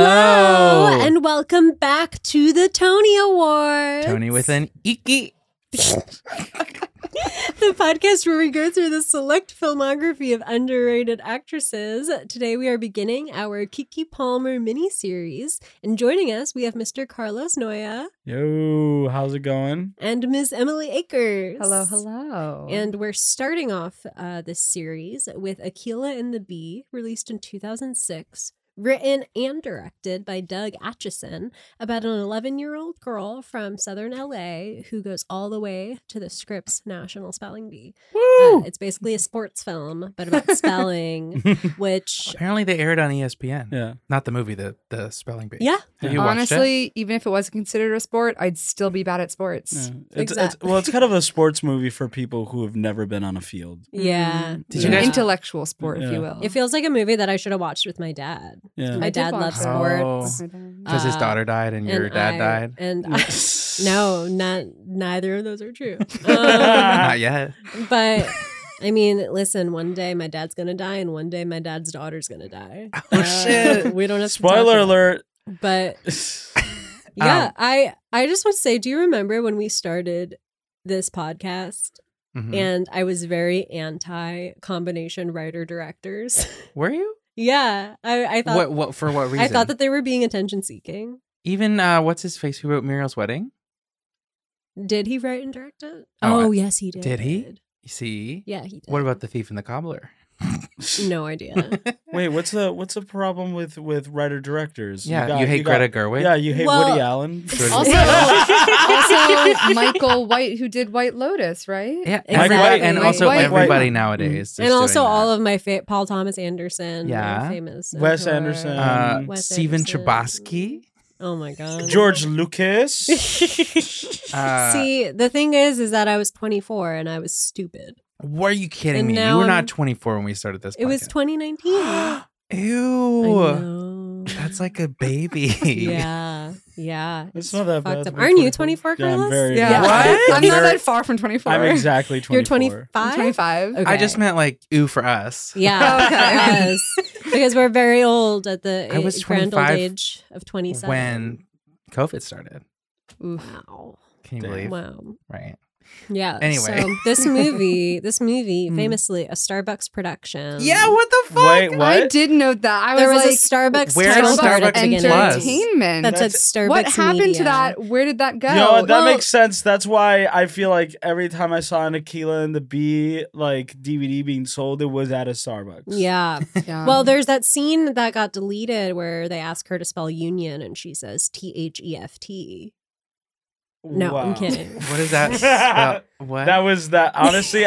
Hello. and welcome back to the Tony Awards. Tony with an icky. the podcast where we go through the select filmography of underrated actresses. Today we are beginning our Kiki Palmer mini series, and joining us we have Mr. Carlos Noya Yo, how's it going? and Ms. Emily Akers. Hello, hello. And we're starting off uh, this series with Aquila and the Bee, released in 2006, written and directed by Doug Atchison, about an 11 year old girl from southern LA who goes all the way to the Scripps National Spelling Bee. Uh, it's basically a sports film, but about spelling, which, Apparently they aired on E ESPN. Mm. Yeah. Not the movie, the the spelling bee. yeah, Have you watched it? Honestly, even if it was considered a sport, I'd still be bad at sports. yeah. It's, it's, well, it's kind of a sports movie for people who have never been on a field. yeah. Did Mm, An you guys- Mm-hmm. intellectual sport, if Yeah. you will? It feels like a movie that I should have watched with my dad. Yeah. My I did dad watch loves that. Oh. sports. Because his Uh, daughter died and your and dad I- died. And I, no, not neither of those are true. Not Um, yet. but I mean, listen, one day my dad's gonna die, and one day my dad's daughter's gonna die. Uh, Oh, shit. We don't have to talk Spoiler about- alert. But yeah, Um, I I just want to say, do you remember when we started this podcast? Mhm. And I was very anti combination writer directors. Were you? yeah, I I thought what what for what reason? I thought that they were being attention seeking. even uh what's his face who wrote Muriel's Wedding? Did he write and direct it? Oh, I- Oh, yes, he did. Did he? You see? Yeah, he did. What about the thief and the cobbler? No idea. Wait, what's the what's the problem with with writer directors? yeah, you, got- hate got- Greta Gerwig. Yeah, you hate Well, Woody Allen. Jordan Also, also Michael White, who did White Lotus, right? Yeah, Mike every- White- and Mike also White. everybody nowadays. is and also doing all that. of my fa- Paul Thomas Anderson, Yeah. my famous Wes mentor. Anderson. uh, um, Wes Stephen Anderson. Chbosky. Oh my god, George Lucas. Uh, See, the thing is, is that I was 24 and I was stupid. Were you kidding And me? now You were I'm- not 24 when we started this. It was podcast. 2019. I Ew. know. That's like a baby. yeah, yeah. It's not that fucked bad. up. I'm Aren't you 24, Yeah, Carlos? I'm very. Yeah. What? I'm not that far from 24. I'm exactly 24. You're 25. I'm 25. Okay. I just meant like ooh for us. Yeah, Okay. yes. because we're very old at the I was grand old 25 age of 27. When COVID started. Oof. wow, Can you Damn. believe? wow. Right. Yeah. Anyway. so this movie, this movie, Mm. famously a Starbucks production. yeah, what the fuck? Wait, what? I did note that. I there was, was, like, a Starbucks where's title card Starbucks at the beginning. Plus? Entertainment. That said, That's- Starbucks. what happened Media. to that? Where did that go? You know, that Well- makes sense. That's why I feel like every time I saw an Aquila and the Bee like DVD being sold, it was at a Starbucks. Yeah. Yeah. Well, there's that scene that got deleted where they ask her to spell union and she says T H E F T. No, Wow. I'm kidding. What is that? spell? What? That was that. Honestly,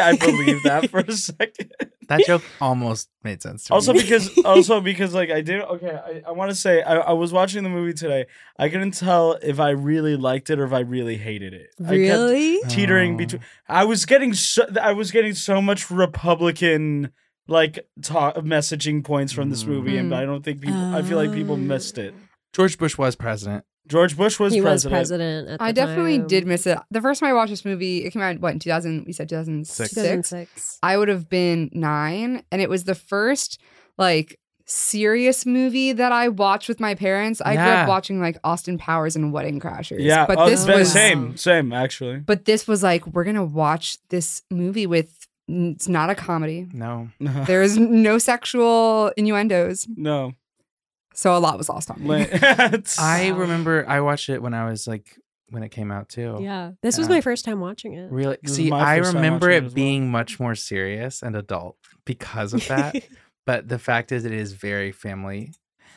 I believe that for a second. that joke almost made sense to Also me. because, also because, like I did. Okay, I, I want to say I, I was watching the movie today. I couldn't tell if I really liked it or if I really hated it. I Really? kept teetering Oh. between. I was getting so. I was getting so much Republican like talk messaging points from this movie, and Mm. I don't think people. I feel like Uh. people Oh. missed it. George Bush was president. George Bush was he was president. president at the I definitely time. did miss it. The first time I watched this movie, it came out what in 2000? We said 2006. 2006. I would have been nine, and it was the first like serious movie that I watched with my parents. I grew Yeah. up watching like Austin Powers and Wedding Crashers. Yeah, but oh, this but was same, same actually. but this was like we're gonna watch this movie with. It's not a comedy. No. There is no sexual innuendos, no, so a lot was lost on me. Lin- It's- I Wow. remember I watched it when I was like when it came out too. Yeah. This was Oh. Yeah. my first time watching it. Really? This is See, my I first time remember watching it it as well. being much more serious and adult because of that. but the fact is, it is very family.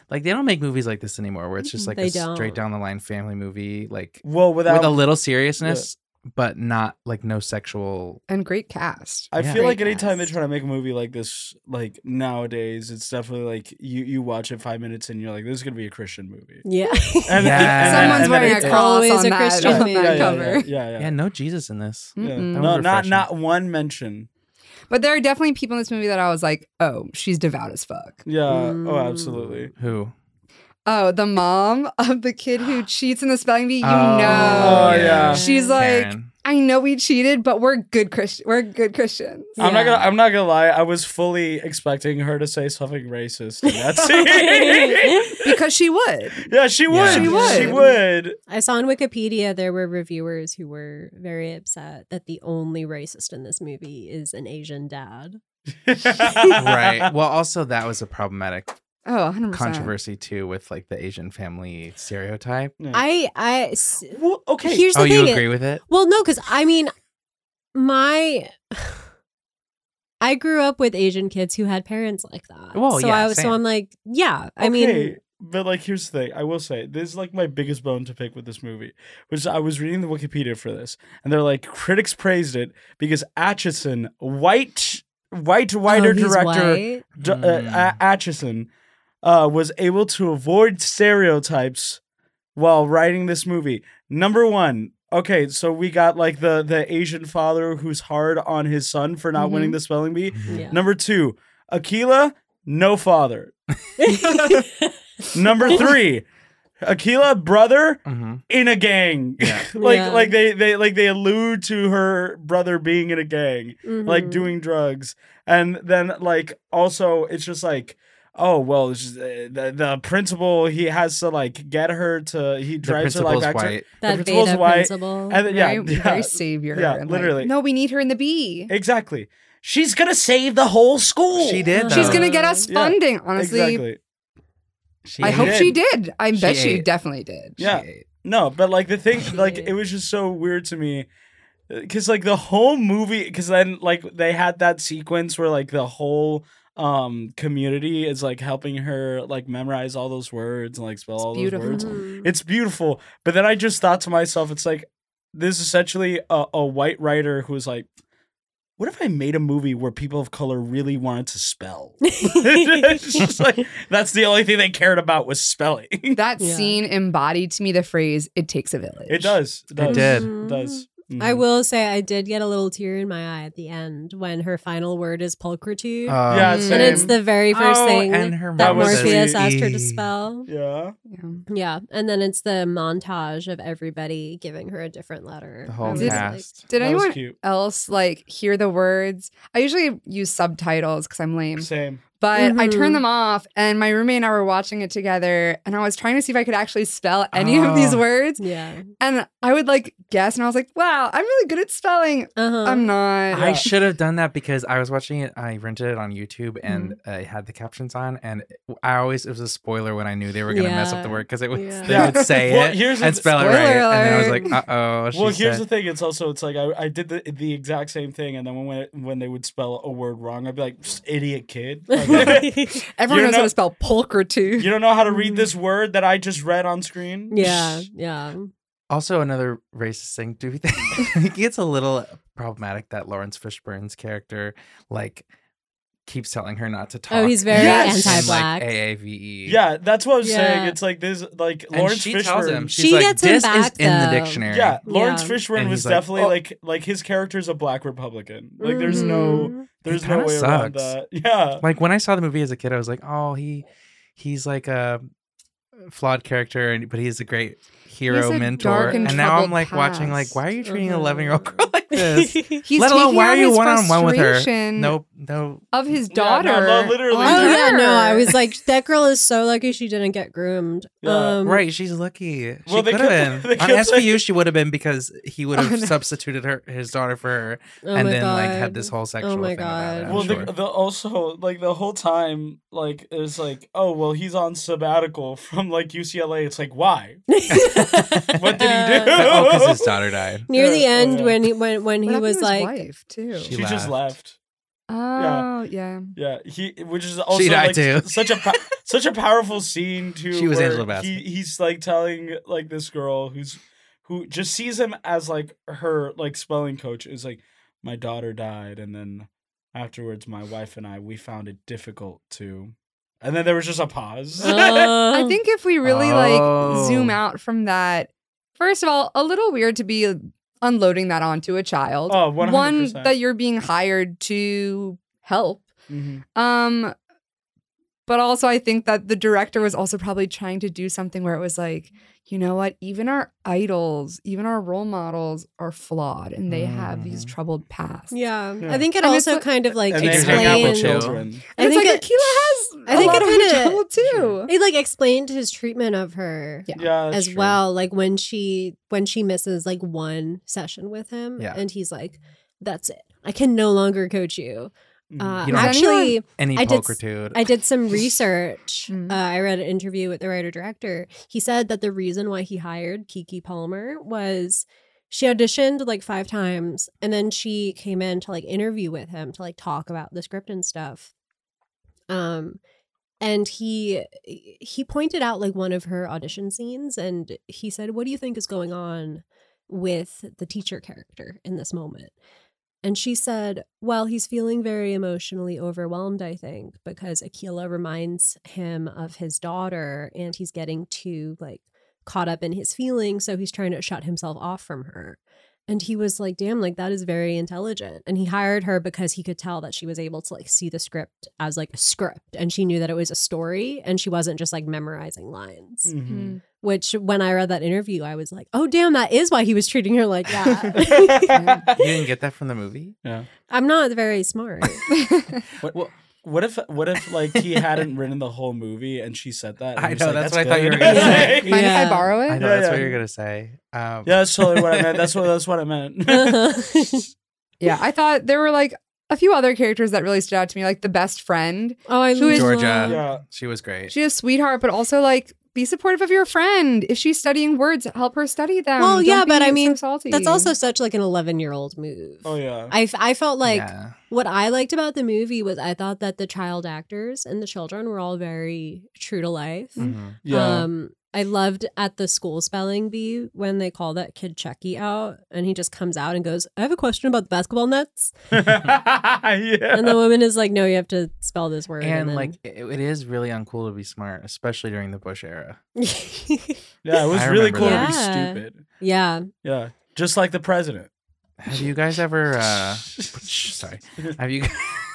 Like they don't make movies like this anymore, where it's just Mm-mm, like they a straight down don't. the line family movie, like well without. with a little seriousness, but not like no sexual. and great cast. I Yeah. feel like Great anytime they cast. try to make a movie like this, like nowadays, it's definitely like you you watch it five minutes and you're like, this is gonna be a Christian movie. yeah. And, Yeah. and then- Someone's and then wearing a it- it's cross always on a that, Christian on movie. yeah, that yeah, cover. yeah, yeah, yeah. Yeah, no Jesus in this. Mm. yeah. Mm-mm. That No, was not refreshing. not one mention. But there are definitely people in this movie that I was like, oh, she's devout as fuck. Yeah. Oh, Mm. absolutely. Who? Oh, the mom of the kid who cheats in the spelling bee, you Oh, know. Oh, yeah. She's like, Karen. I know we cheated, but we're good Christian. We're good Christians. I'm not Yeah. gonna. I'm not gonna lie. I was fully expecting her to say something racist in that scene. because she would. Yeah, she would. Yeah. She She would. would. I saw on Wikipedia there were reviewers who were very upset that the only racist in this movie is an Asian dad. right. Well, also that was a problematic Oh, 100%. controversy too with like the Asian family stereotype. I I s- Well, okay. here's the oh, thing. you agree with it? Well, no, because I mean, my I grew up with Asian kids who had parents like that. Well, so yeah, I was same. so I'm like, yeah. I Okay, mean, oh, but like, here's the thing. I will say this is like my biggest bone to pick with this movie, which is I was reading the Wikipedia for this, and they're like critics praised it because Atchison, white, white, whiter oh, he's director, white. D- uh, Mm. A- Atchison, uh, was able to avoid stereotypes while writing this movie. Number one. Okay, so we got like the the Asian father who's hard on his son for not winning Mhm. the spelling bee. Mm-hmm. Yeah. Number two, Aquila, no father. Mm-hmm. Number three, Aquila brother Mhm. in a gang. Yeah. like Yeah. like they they like they allude to her brother being in a gang, like Mm-hmm. Mhm. doing drugs, and then like also it's just like. Oh well, it's just, uh, the the principal he has to like get her to The he drives her like principal's back to white. that principal's beta white, principle. and then, yeah, Very, yeah very savior. yeah, and like, literally. no, we need her in the bee. exactly. She's gonna save the whole school. She did. Though. She's She's gonna get us Yeah, funding. Honestly, exactly. She I hope ate. she did. I She bet she ate. definitely did. She Yeah. ate. No, but like the thing, like Shit. it was just so weird to me, because like the whole movie, because then like they had that sequence where like the whole um community is like helping her like memorize all those words and like spell all beautiful. those words. Mhm. It's beautiful, but then I just thought to myself, it's like this is essentially a, a white writer who's like, what if I made a movie where people of color really wanted to spell? it's just like that's the only thing they cared about was spelling. That Yeah. scene embodied to me the phrase "It takes a village." It does. It does. did. It does. Mm-hmm. Mm-hmm. I will say I did get a little tear in my eye at the end when her final word is pulchritude. Um, Yeah, Mm. same. and it's the very first Oh, thing and her that mom was Morpheus sweet. asked her to spell. Yeah. Yeah. Yeah, and then it's the montage of everybody giving her a different letter. the whole I was Did- like, cast. Did that anyone was cute. else like hear the words? I usually use subtitles because I'm lame, Same. but I Mhm. turned them off. And my roommate and I were watching it together, and I was trying to see if I could actually spell any of these Oh. words. yeah, And I would like guess, and I was like, "Wow, I'm really good at spelling. uh-huh. I'm not." I should have done that because I was watching it. I rented it on YouTube and Mm-hmm. uh, it had the captions on, and I always it was a spoiler when I knew they were gonna mess up the Yeah. word because it was Yeah. they would say Well, it here's and the- spell it right, Spoiler and then I was alert. like, uh oh. Well, here's the thing. It's also it's like I, I did the the exact same thing, and then when it, when they would spell a word wrong, I'd be like, "Psst, "Idiot kid, Like, Everyone You're knows how not- to spell pulchritude. you don't know how to read this word that I just read on screen." Mm. yeah, yeah. Also, another racist thing. Do we think it gets a little problematic that Lawrence Fishburne's character like keeps telling her not to talk? Oh, he's very Yes! anti-black. And, like, AAVE. Yeah, that's what I was saying. Yeah. It's like this, like E. and Lawrence she Fishburne. tells him she's She like, gets him this is back, in the though. dictionary. Yeah, Lawrence Yeah. Fishburne And was he's like, definitely "Oh." like like his character's a black Republican. Like there's no Mhm. there's no kinda way around sucks. that. Yeah. like when I saw the movie as a kid, I was like, oh, he he's like a flawed character, and but he's a great hero He's a mentor. dark And, and now I'm troubled like watching, like, past. why are you treating an Uh-huh. 11 year old girl like this? He's Let alone taking why out are you his one-on-one with her? Mm-hmm. frustration nope, no. of his Yeah, daughter. no, no, literally. on Oh yeah, no, I her. was like, that girl is so lucky she didn't get groomed. Yeah. Um, Right, she's lucky. She Mm-hmm. Well, they could kept- have they been on kept SVU. She would have been because he would Oh, have no. substituted her, his daughter for her, Oh and my then god, Oh, like had this whole sexual my thing about it. God. I'm well, sure. the, the also like the whole time, like it's like, oh well, he's on sabbatical from like UCLA. It's like, why? What did he do? oh, because his daughter died. Near the Yeah. end, Yeah. when he when when What he happened was to his like, wife too. She She just left. oh yeah. Yeah, he which is also died like, too. such a po- such a powerful scene too. She was where Angela Bassett. He, he's like telling like this girl who's who just sees him as like her like spelling coach is like my daughter died and then afterwards my wife and I we found it difficult to and then there was just a pause. Oh. "Um, I think if we really Oh. like zoom out from that, first of all, a little weird to be unloading that onto a child. Oh, One 100%. that you're being hired to help. Mhm. Um, but also I think that the director was also probably trying to do something where it was like, you know what, even our idols, even our role models are flawed and they have these Mm. Mhm. troubled pasts. yeah. Yeah. I think it And it's also like- kind of like and they hang out with explains- explains. children. And I it's think like it- Akila has I think a it lot of kinda- trouble too. It like explained his treatment of her Yeah. Yeah, that's as true. well. Like when she when she misses like one session with him, Yeah. and he's like, "That's it. I can no longer coach you." Mhm. Uh, You don't- actually, Any I did s- pulchritude. I did some research. Mm. Uh, I read an interview with the writer director. He said that the reason why he hired Kiki Palmer was she auditioned like five times and then she came in to like interview with him to like talk about the script and stuff. Um and he he pointed out like one of her audition scenes and he said, "What do you think is going on with the teacher character in this moment?" And she said, Well, he's feeling very emotionally overwhelmed, I think, because Aquila reminds him of his daughter and he's getting too like caught up in his feelings. So he's trying to shut himself off from her. And he was like, Damn, like that is very intelligent. And he hired her because he could tell that she was able to like see the script as like a script and she knew that it was a story and she wasn't just like memorizing lines. Mhm. Which when I read that interview, I was like, Oh, damn, that is why he was treating her like that. Mm-hmm. you didn't get that from the movie? Yeah. I'm not very smart. Hmm. What, what, what if what if like he hadn't written the whole movie and she said that? and I he was know, like, that's what I thought you were good." gonna say. yeah, Mind if Yeah. I borrow it? I know Yeah, that's yeah. what you're gonna say. Um, that's totally what I meant. That's what that's what I meant. Uh-huh. Yeah, I thought there were like a few other characters that really stood out to me, like the best friend. Oh, I Who love is- Georgia. yeah. She was great. She is a sweetheart, but also like be supportive of your friend. If she's studying words, help her study them. Well, Don't yeah, but be I mean, so salty. That's also such like an 11 year old move. Oh yeah. I, f- I felt like Yeah. what I liked about the movie was I thought that the child actors and the children were all very true to life. Mhm. Mm, yeah. Um, I loved at the school spelling bee when they call that kid Chucky out and he just comes out and goes, I have a question about the basketball nets. yeah. And the woman is like, No, you have to spell this word. And then- like, it, it is really uncool to be smart, especially during the Bush era. Yeah, it was I really remember cool that. to Yeah. be stupid. yeah. Yeah. Just like the president. Have you guys ever? Uh, sorry. Have you?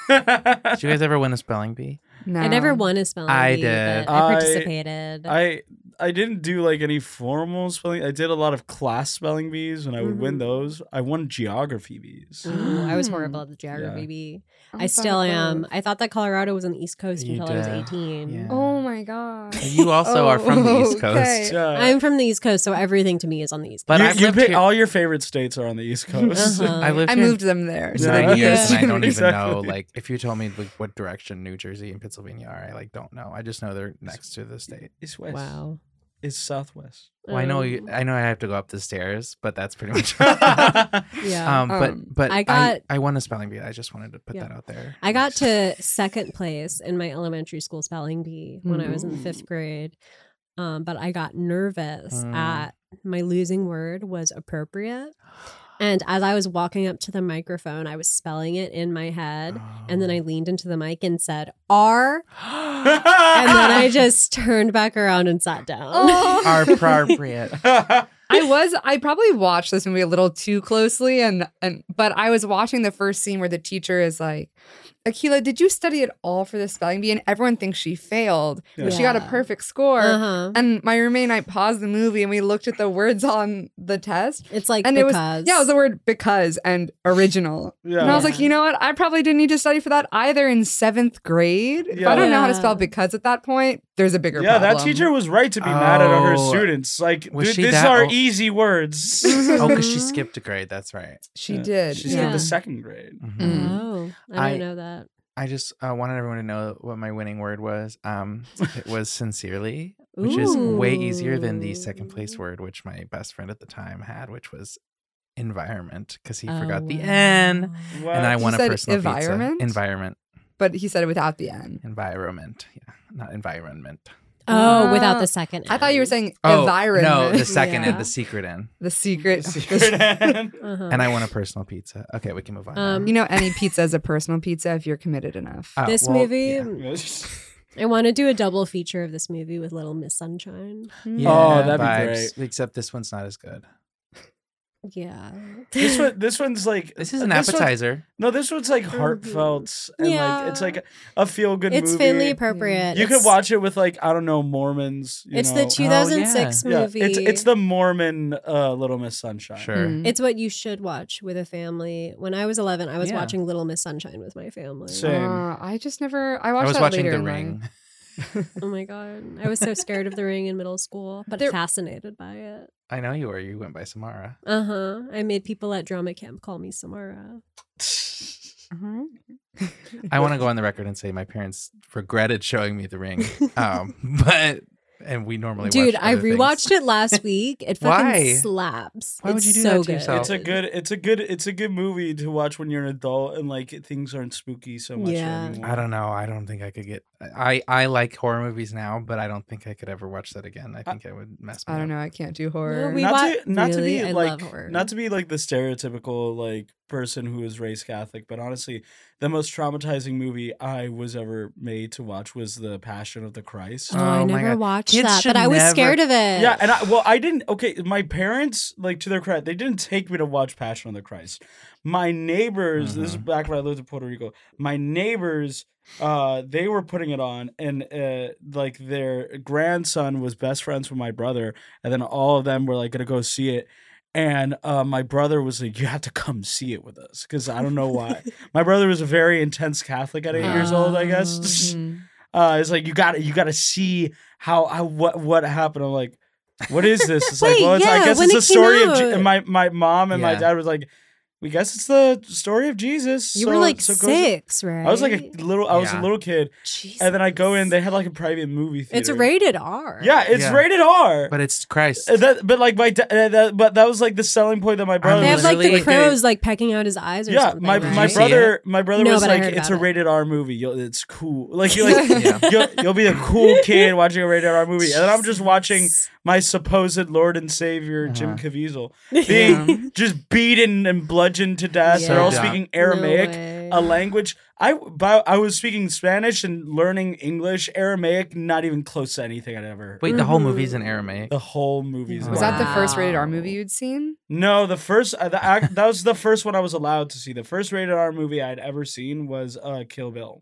Did you guys ever win a spelling bee? no. I never won a spelling I bee, did. but I I- participated. I I didn't do like any formal spelling. I did a lot of class spelling bees when I would win Mhm. those. I won geography bees. Ooh, I was Mm. horrible at the geography Yeah. bee. I'm I still sorry. am. uh, I thought that Colorado was on the East Coast You until I was did. 18. Yeah. Oh my god. You also are from the East Coast. okay. Yeah. I'm from the East Coast, so everything to me is on the East But Coast. you, I've you lived pick- here- all your favorite states are on the East Coast. Uh-huh. I lived I here moved them there. so nine Yeah. that- years, and I don't even Exactly. know. Like, if you told me like what direction New Jersey and Pennsylvania are, I like don't know. I just know they're next to the state. It's west. Wow. It's southwest. Well, I know. You, Um, I know. I have to go up the stairs, but that's pretty much. yeah. um, Um, but but I I got- I, won a spelling bee. I just wanted to put Yeah. that out there. I got to second place in my elementary school spelling bee when I was Mm. in the fifth grade. Um, but I got nervous Mm. at my losing word was appropriate. And as I was walking up to the microphone, I was spelling it in my head. And then I leaned into the mic and said R. Ah. And then I just turned back around and sat down. Oh. are appropriate. Oh, I was I probably watched this movie a little too closely and and but I was watching the first scene where the teacher is like, Akila, did you study at all for the spelling bee? And everyone thinks she failed, but she got a Yeah. perfect score. Uh-huh. And my roommate and I paused the movie and we looked at the words on the test. It's like And because. it was yeah, it was the word because and original. yeah. And I was Yeah. like, you know what? I probably didn't need to study for that either in seventh grade. If I don't know how to Yeah. spell because at that point, there's a bigger yeah, problem. that teacher was right to be mad at her Oh. students. Like, Was dude, she these that are old? easy words. oh, because she Mhm. skipped a grade. That's right. she Yeah. did. She's Yeah. in the second grade. Mhm. Mm. Oh, I I- didn't know that. I just uh, wanted everyone to know what my winning word was. Um, it was sincerely, which is way easier than the second place Ooh. word, which my best friend at the time had, which was environment, because he Oh, forgot the wow. N. Wow. And I You won a said personal environment? pizza. Environment, But he said it without the N. environment, yeah, not environment. Oh, Ah. without the second. I thought you were N. saying Oh environment. no, the second Yeah. and the secret N. the secret. Secret hand. Uh-huh. And I won a personal pizza. Okay, we can move on. Um, you know, any pizza is a personal pizza if you're committed enough. now. Oh, this well, movie, yeah. I want to do a double feature of this movie Hmm. Mm-hmm. with Little Miss Sunshine. Yeah, Oh, that'd be vibes, Except this one's not as good. Yeah. This one, this one's like This Uh, is an this one- appetizer. no, this one's like Mhm. heartfelt and like it's Yeah. like a feel good. it's movie. family appropriate. You it's, could watch it with like I don't know Mormons. You It's know. Oh, the 2006 Yeah, movie. it's it's the Mormon uh, Little Miss Sunshine. Sure. Mm. It's what you should watch with a family. When I was 11, I was Yeah. watching Little Miss Sunshine with my family. Same. Uh, I just never. I watched. I was that watching The later in life. Ring. Oh my god, I was so scared of the ring in middle school, but There- fascinated by it. I know you were. You went by Samara. Uh huh. I made people at drama camp call me Samara. Uh-huh. I want to go on the record and say my parents regretted showing me The Ring. Um, but and we normally Dude, watch I other things. rewatched it last week. It fucking Why? slaps. Why would It's you do so that to good. yourself? It's a good it's a good it's a good movie to watch when you're an adult and like things aren't spooky so much Yeah. anymore. I don't know. I don't think I could get. I I like horror movies now, but I don't think I could ever watch that again. I think I would mess me I don't up. know. I can't do horror. we- not wa- to not really, to I be love like horror. not to be like the stereotypical like person who is raised Catholic, but honestly, the most traumatizing movie I was ever made to watch was The Passion of the Christ. Oh, Oh my I never God. watched Kids that, should but I was never- scared of it. yeah, and I well, I didn't. Okay, my parents, like to their credit, they didn't take me to watch Passion of the Christ. My neighbors, this is Mhm. back when I lived in Puerto Rico. My neighbors, uh, they were putting it on, and uh, like their grandson was best friends with my brother, and then all of them were like gonna go see it. And uh, my brother was like, "You have to come see it with us," because I don't know why. my brother was a very intense Catholic at eight years old, I Oh. guess. Mm. uh, it's like you got to you got to see how, how what what happened. I'm like, what is this? It's Wait, like, well, it's, yeah, I guess when it's it the story came of Je- out. and my my mom and my Yeah. dad was like, we guess it's the story of Jesus. You so- were like so go see- six, right? I was like a little. I was Yeah. a little kid, Jesus. and then I go in. They had like a private movie theater. It's rated R. Yeah, it's Yeah. rated R. But it's Christ. Uh, that, but like my da- uh, that, but that was like the selling point that my brother. They have was like the Literally- crows like pecking out his eyes or yeah, something. my right? my Did you see brother my brother No, was but I like, heard it's a about it. rated R movie. You'll, it's cool. Like you're like, Yeah. you'll, you'll be the cool kid watching a rated R movie, and then I'm just watching my supposed Lord and Savior Jim Uh-huh. Caviezel Yeah. being just beaten and bludgeoned to death. They're Yeah. all Yeah. speaking No Aramaic, way. a language I by, I was speaking Spanish and learning English. Aramaic, not even close to anything I'd ever. heard. Wait, the whole Mhm. movie's in Aramaic. The whole movie's in Was that the first rated R Wow. movie you'd seen? no, the first uh, the, act that was the first one I was allowed to see. The first rated R movie I'd ever seen was uh, Kill Bill.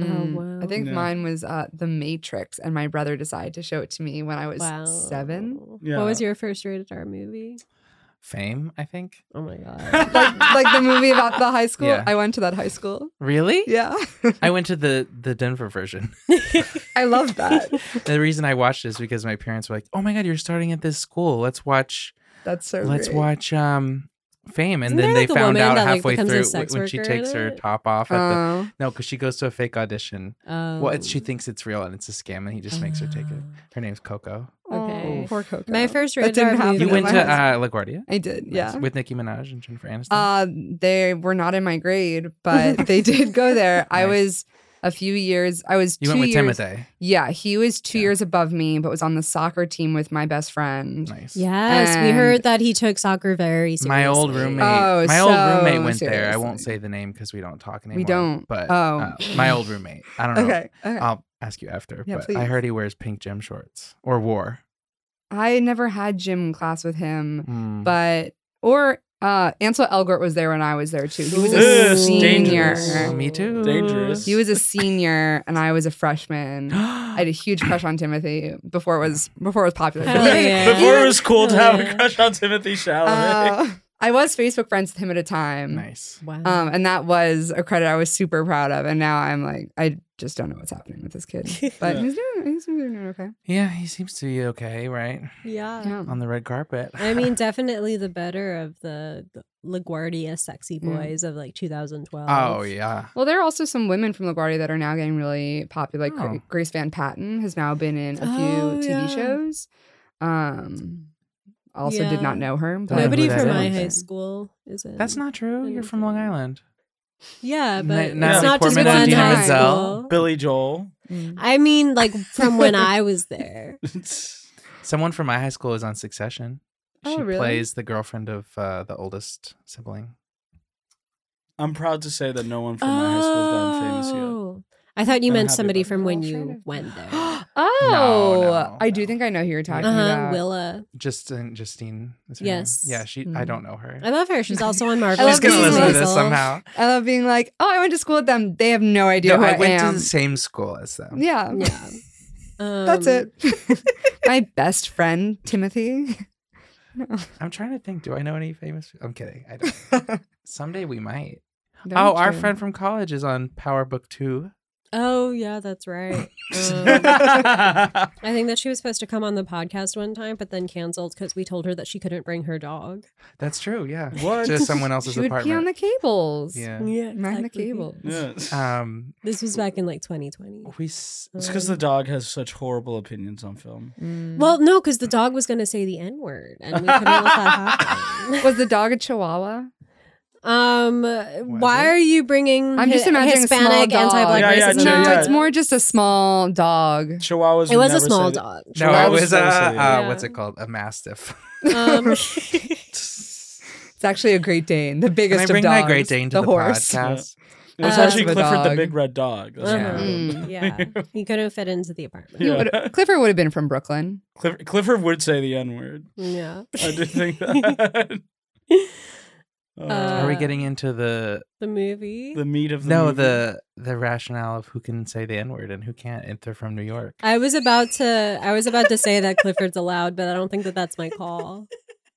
Oh, Mm, I wow. think Yeah. mine was uh, The Matrix, and my brother decided to show it to me when I was Wow. seven. Yeah. What was your first rated R movie? Fame, I think. Oh my god. like, like the movie about the high school. Yeah. I went to that high school. Really? Yeah, I went to the the Denver version. I love that. the reason I watched is because my parents were like, "Oh my god, you're starting at this school. Let's watch. That's so. let's Oh, great. watch um Fame." And Isn't then there, they like, a found woman out that, like, halfway becomes a through sex when she worker in takes her it? top off. At the, Oh. no, because she goes to a fake audition. Um, Well, it's, she thinks it's real and it's a scam, and he just makes her take it. Uh. Her name's Coco. Okay. Oh, poor Coco. My first That rated didn't R happen movie. You Yeah, went my to husband- uh, LaGuardia. I did. Nice. Yeah. with Nicki Minaj and Jennifer Aniston. Uh, they were not in my grade, but they did go there. I Nice. was a few years. I was you two went with years. Timothy. Yeah, he was two Yeah. years above me, but was on the soccer team with my best friend. Nice. Yes, we And- heard that he took soccer very seriously. Um, My old roommate. Oh, my so old roommate went there. I won't seriously. say the name because we don't talk anymore. don't. But Oh. uh, my old roommate. I don't know. Um, Okay. okay. I'll ask you after. Yeah, but I please. heard he wears pink gym shorts or wore. I never had gym class with him, Mm. but or uh Ansel Elgort was there when I was there too. He was a Ooh. senior. dangerous. Oh, Me too. Dangerous. He was a senior and I was a freshman. I had a I huge crush on Timothy before it was before it was popular. Hell yeah. Before it was cool to have Yeah. a crush on Timothy Chalamet. Uh, I was Facebook friends with him at a time. nice. Wow. Um, and that was a credit I was super proud of. And now I'm like, I just don't know what's happening with this kid. But Yeah. he's doing he's doing okay. Yeah, he seems to be okay, right? yeah. Yeah. On the red carpet. I mean, definitely the better of the the LaGuardia sexy Yeah. boys of like 2012. Mm. Oh yeah. Well, there are also some women from LaGuardia that are now getting really popular. Like Gra- Oh. Grace Van Patten has now been in a few Oh, TV yeah. shows. Um, also did not Yeah. know her. But know Nobody who that from my is. high school is in. That's not true. You're from Long Island. Yeah, Na- but it's Natalie not just one Portman and Idina high Menzel. school. Billy Joel. Mm. I mean, like from when I was there. Someone from my high school is on Succession. Oh, she really? plays the girlfriend of uh, the oldest sibling. I'm proud to say that no one from my high school has gotten famous yet. Oh. I thought you I'm meant happy somebody about from that. when Oh, you kind of. went there. Oh, no, I do no. think I know who you're talking Uh-huh, about. Willa. Justine. Justine. is her name. Yes. Mm. Yeah, she. I don't know her. I love her. She's also on I Marvel. love She's gonna these listen to this Marvel. somehow. I love being like, oh, I went to school with them. They have no idea No, who I, I went am. to the same school as them. Yeah, Yeah. Um, that's it. My best friend Timothy. I'm trying to think. Do I know any famous? I'm kidding. I don't. Someday we might. Very oh, our true. friend from college is on Power Book Two. Oh yeah, that's right. Um, That's I think that she was supposed to come on the podcast one time, but then canceled because we told her that she couldn't bring her dog. That's true. Yeah. What? To someone else's She would pee on apartment. the cables. yeah. Yeah, mind the cables. Um. This was back in like 2020. We. S- It's because Um, the dog has such horrible opinions on film. Mm. Well, no, because the dog was going to say the N word, and we couldn't let that happen. was the dog a Chihuahua? Um, why it? are you bringing? I'm just Mm, hi- imagining a small Hispanic dog. anti-black Yeah, yeah, racism. no, yeah. it's more just a small dog. Chihuahuas. It was a never small say- dog. no, I it was was a gonna say uh, that. what's it called? A mastiff. Um, It's actually a Great Dane, the Can biggest I bring of dogs. my Great Dane to the, horse. podcast? It was Uh, Uh-huh. Mm, actually Of a Clifford the dog. Big Red Dog. That's Yeah. what it was. yeah, he couldn't fit into the apartment. He Yeah. would- Clifford would have been from Brooklyn. Cliff- Clifford would say the N word. Yeah, I did think that. Uh, Are we Uh, getting into the the movie. the meat of the no movie. the the rationale of who can say the n word and who can't if they're from New York? I was about to. I was about to say that Clifford's allowed, but I don't think that that's my call.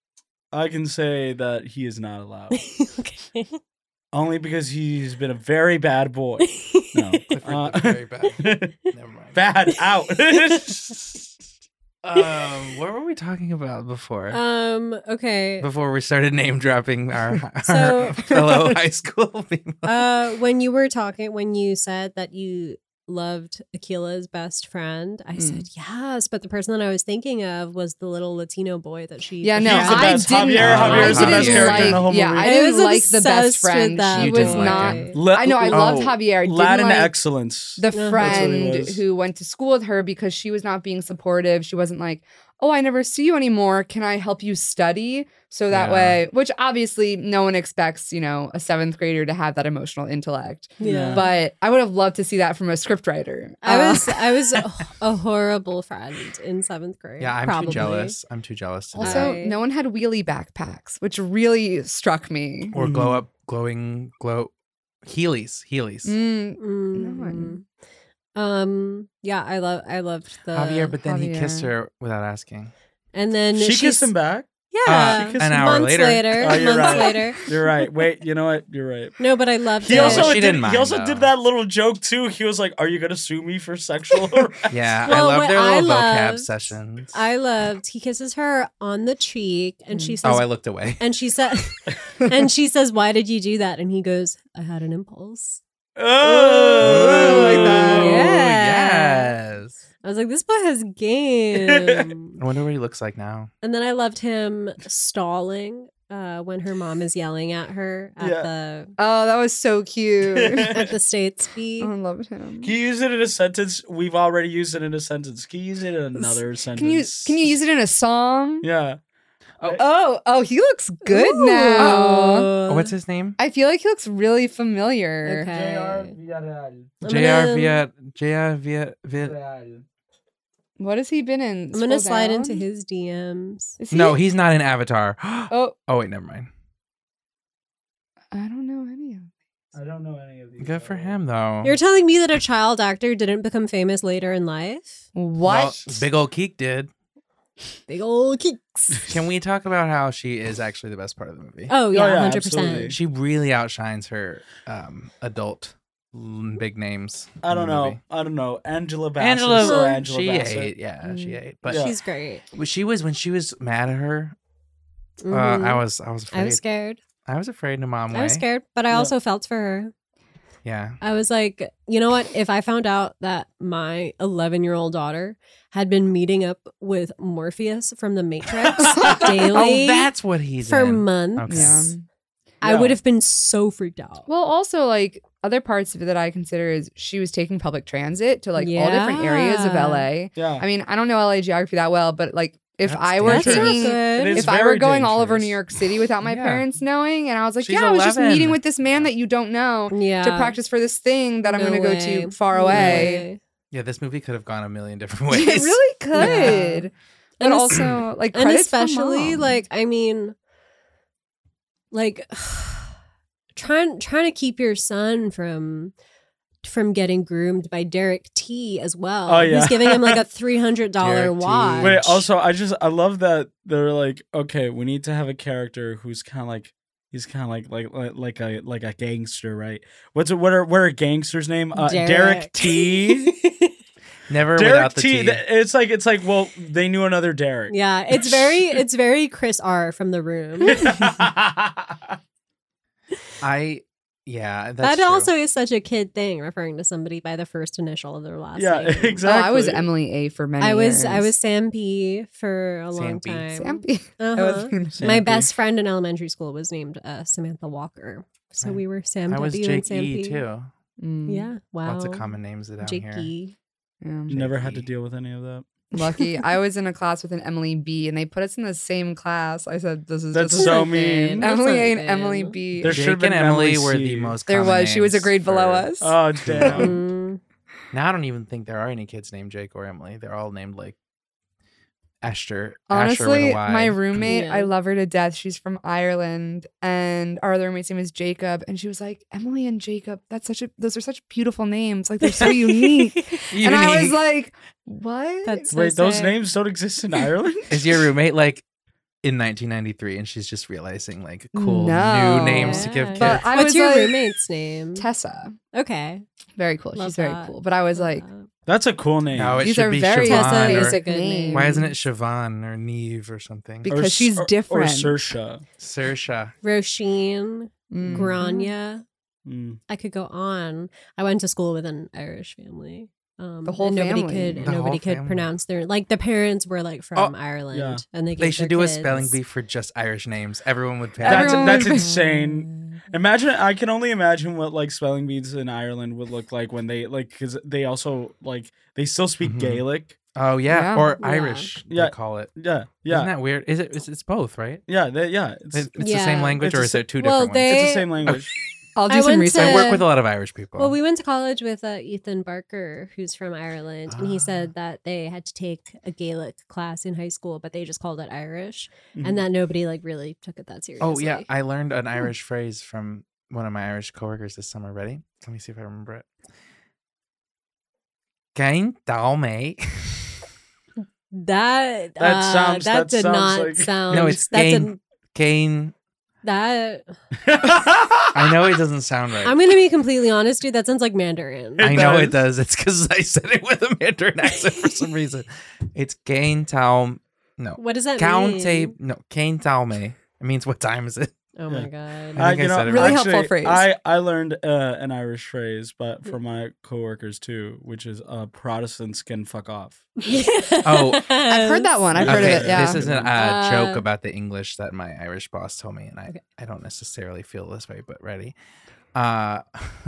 I can say that he is not allowed okay. only because he's been a very bad boy. No, Uh, bad. Never mind. out. um, what were we talking about Uh, before? Um. Okay. before we started name dropping our, our So- fellow high school people. Uh, when you were talking, when you said that you loved Akila's best friend, I Mm. said yes, but the person that I was thinking of was the little Latino boy that she. Yeah, that no, she He's the had. I best. didn't. Javier- I Javier's the didn't best character in the like- whole Yeah, movie. I I didn't was like the best obsessed with friend. that She You was didn't like not. him. La- I know. I loved Oh, Javier. Didn't Latin like excellence. the Yeah. That's what friend it was. who went to school with her because she was not being supportive. She wasn't like, "Oh, I never see you anymore. Can I help you study?" So that Yeah. way, which obviously no one expects, you know, a seventh grader to have that emotional intellect. Yeah. But I would have loved to see that from a scriptwriter. I Uh, was I was a, a horrible friend in seventh grade. Yeah, I'm probably. too jealous. I'm too jealous. To do also that. I- no one had wheelie backpacks, which really struck me. or glow up, glowing, glow, Heelys, Heelys. Mm, Mhm. Um. Yeah, I love I loved the Javier, but then he kissed Javier. her without asking. and then she she's- kissed him back. Yeah, She kissed Uh, an him. hour months later. later. Oh, you're months right. later. You're right. Wait, you know what? You're right. No, but I loved He it. also She did, didn't mind, he also though. did that little joke too. He was like, "Are you gonna sue me for sexual?" harassment?" Yeah, Well, I what love their I little vocab loved- sessions. I loved. He kisses her on the cheek, and she says, oh, I looked away. and she said, and she says, "Why did you do that?" And he goes, "I had an impulse." Oh, I like that. Ooh, Yeah. Yes. I was like, "This boy has game." I wonder what he looks like now. and then I loved him stalling uh, when her mom is yelling at her at Yeah. the Oh, that was so cute. Oh, at the states speed. I loved him. Can you use it in a sentence? We've already used it in a sentence. Can you use it in another sentence? Can you can you use it in a song? Yeah. Oh, oh, he looks good Ooh. now. Oh, Uh, What's his name? I feel like he looks really familiar. Okay. I'm J.R. gonna- Viet. J.R. Viet. Viet. What has he been in? I'm gonna Scroll slide down. into his DMs. Is he- No, he's not in Avatar. Oh, oh, wait, never mind. I don't know any of. I don't know any of these. Good for him, though. You're telling me that a child actor didn't become famous later in life? What? Well, big old Keek did. Big old kicks. Can we talk about how she is actually the best part of the movie? Oh yeah, yeah, hundred absolutely. percent. She really outshines her um, adult l- big names. I in the don't know. movie. I don't know. Angela Bassett. Angela, Or Angela she Bassett. ate. Yeah, she Mm. ate. But Yeah. She's great. when she was when she was mad at her. Mhm. Uh, I was I was afraid. I was scared. I was afraid in a mom way. I was scared, but I Yeah. also felt for her. Yeah. I was like, you know what? If I found out that my 11 year old daughter had been meeting up with Morpheus from The Matrix daily Oh, that's what he's for in. months, Okay. Yeah. I Yeah. would have been so freaked out. Well, also like other parts of it that I consider is she was taking public transit to like all different areas of Yeah. LA. Yeah. I mean, I don't know LA geography that well, but like if That's I were that's not dangerous. taking good. It is if I were very going all over dangerous. New York City without my Yeah. parents knowing, and I was like, She's yeah, I was just 11. meeting with this man that you don't know yeah. to practice for this thing that I'm No going to go way. to far No away. way. Yeah, this movie could have gone a million different ways. it really could. But And es- also, like, and credits for especially mom. like I mean, like trying trying to keep your son from from getting groomed by Derek T as well. Oh, yeah. who's giving him like a three hundred dollar Derek T. watch. Wait, also, I just I love that they're like, okay, we need to have a character who's kind of like he's kind of like, like like like a like a gangster, right? What's a, what are what are gangsters' name? Uh, Derek. T. Never Derek without the T. T. Th- It's like it's like well, they knew another Derek. yeah, it's very it's very Chris R from the room. I yeah, that's that true. also is such a kid thing, referring to somebody by the first initial of their last yeah, name. exactly. Oh, I was Emily A for many I was I years. was Sam P for a Sam long P. time. Sam P. Uh-huh. I was gonna say. Sam My P. best friend in elementary school was named uh, Samantha Walker, so Right. we were Sam I was W and Jake Sam E P. too. Mm, Yeah, wow. Lots of common names down Jake here. E. yeah. Never had to Jakey. deal with any of that. Lucky. I was in a class with an Emily B, and they put us in the same class. I said, "This is That's just not so good. mean. That's Emily not A and good. Emily B." There There, Jake should've been and Emily Emily were C. the most. common was. She was a names grade below for- us. Oh damn! Mm. Now I don't even think there are any kids named Jake or Emily. They're all named like Esther. Asher with Honestly, a Y. my roommate, Yeah. I love her to death. She's from Ireland, and our other roommate's name is Jacob. And she was like, "Emily and Jacob. That's such a. Those are such beautiful names. Like they're so unique." And I was Unique. like, "What? That's so Wait, those sad. names don't exist in Ireland. is your roommate like in 1993 and she's just realizing like cool No. new names to give Yeah. kids? But I What's was your like- roommate's name? Tessa. okay, Uh, Very cool. Love She's very that. cool." But I was Love like, that. That's a cool name. No, Oh, it "These should are be very Tessa Siobhan. is Or, a good name. why isn't it Siobhan or Neve or something? Because she's or, Or different. Saoirse. Sersha. Roisin Mm-hmm. Mm. Grania? Mm. I could go on. I went to school with an Irish family. Um, The whole and nobody family. could The whole nobody could family. Oh, pronounce their like the parents were like from Ireland yeah. and they gave They should their do a kids- spelling bee for just Irish names. Everyone would pay. That's Everyone "Mm." that's would- insane. Imagine I can only imagine what like spelling bees in Ireland would look like when they like because they also like they still speak Mhm. Gaelic. oh yeah, Yeah. or Yeah. Irish. Yeah. They call it. Yeah, Isn't yeah, that weird? Is it? It's, it's both, right? yeah, they, yeah. It's, It- it's It's the Yeah. same language, It's or the is sa- there two Well, different they- ones? the same language. I'll do I some went research. I to- work with a lot of Irish people. Well, we went to college with uh, Ethan Barker, who's from Ireland, and he Ah. said that they had to take a Gaelic class in high school, but they just called it Irish, Mhm. and that nobody like really took it that seriously. Mm-hmm. Mm. oh yeah, I learned an Irish phrase from one of my Irish coworkers this summer. Ready? Let me see if I remember it. Gain dal me. that That uh, sounds- that that did sounds not like- sound. No, it's that's a, gain. Gain. that. Mm-hmm. I know it doesn't sound right. I'm gonna be completely honest, dude. That sounds like Mandarin. It I know it does. does. It's because I said it with a Mandarin accent for some reason. It's gain tao. No, what does that count mean? No, gain tao me. It means what time is it? Oh Yeah. my god. I think I said it Really right. helpful actually, phrase. Mm. I I learned uh, an Irish phrase, but from my coworkers too, which is uh, Protestants can fuck off. Oh. I've heard that one. I've heard okay, of it. Yeah. This is a Uh, uh, joke about the English that my Irish boss told me, and I, I don't necessarily feel this way, but ready. Uh,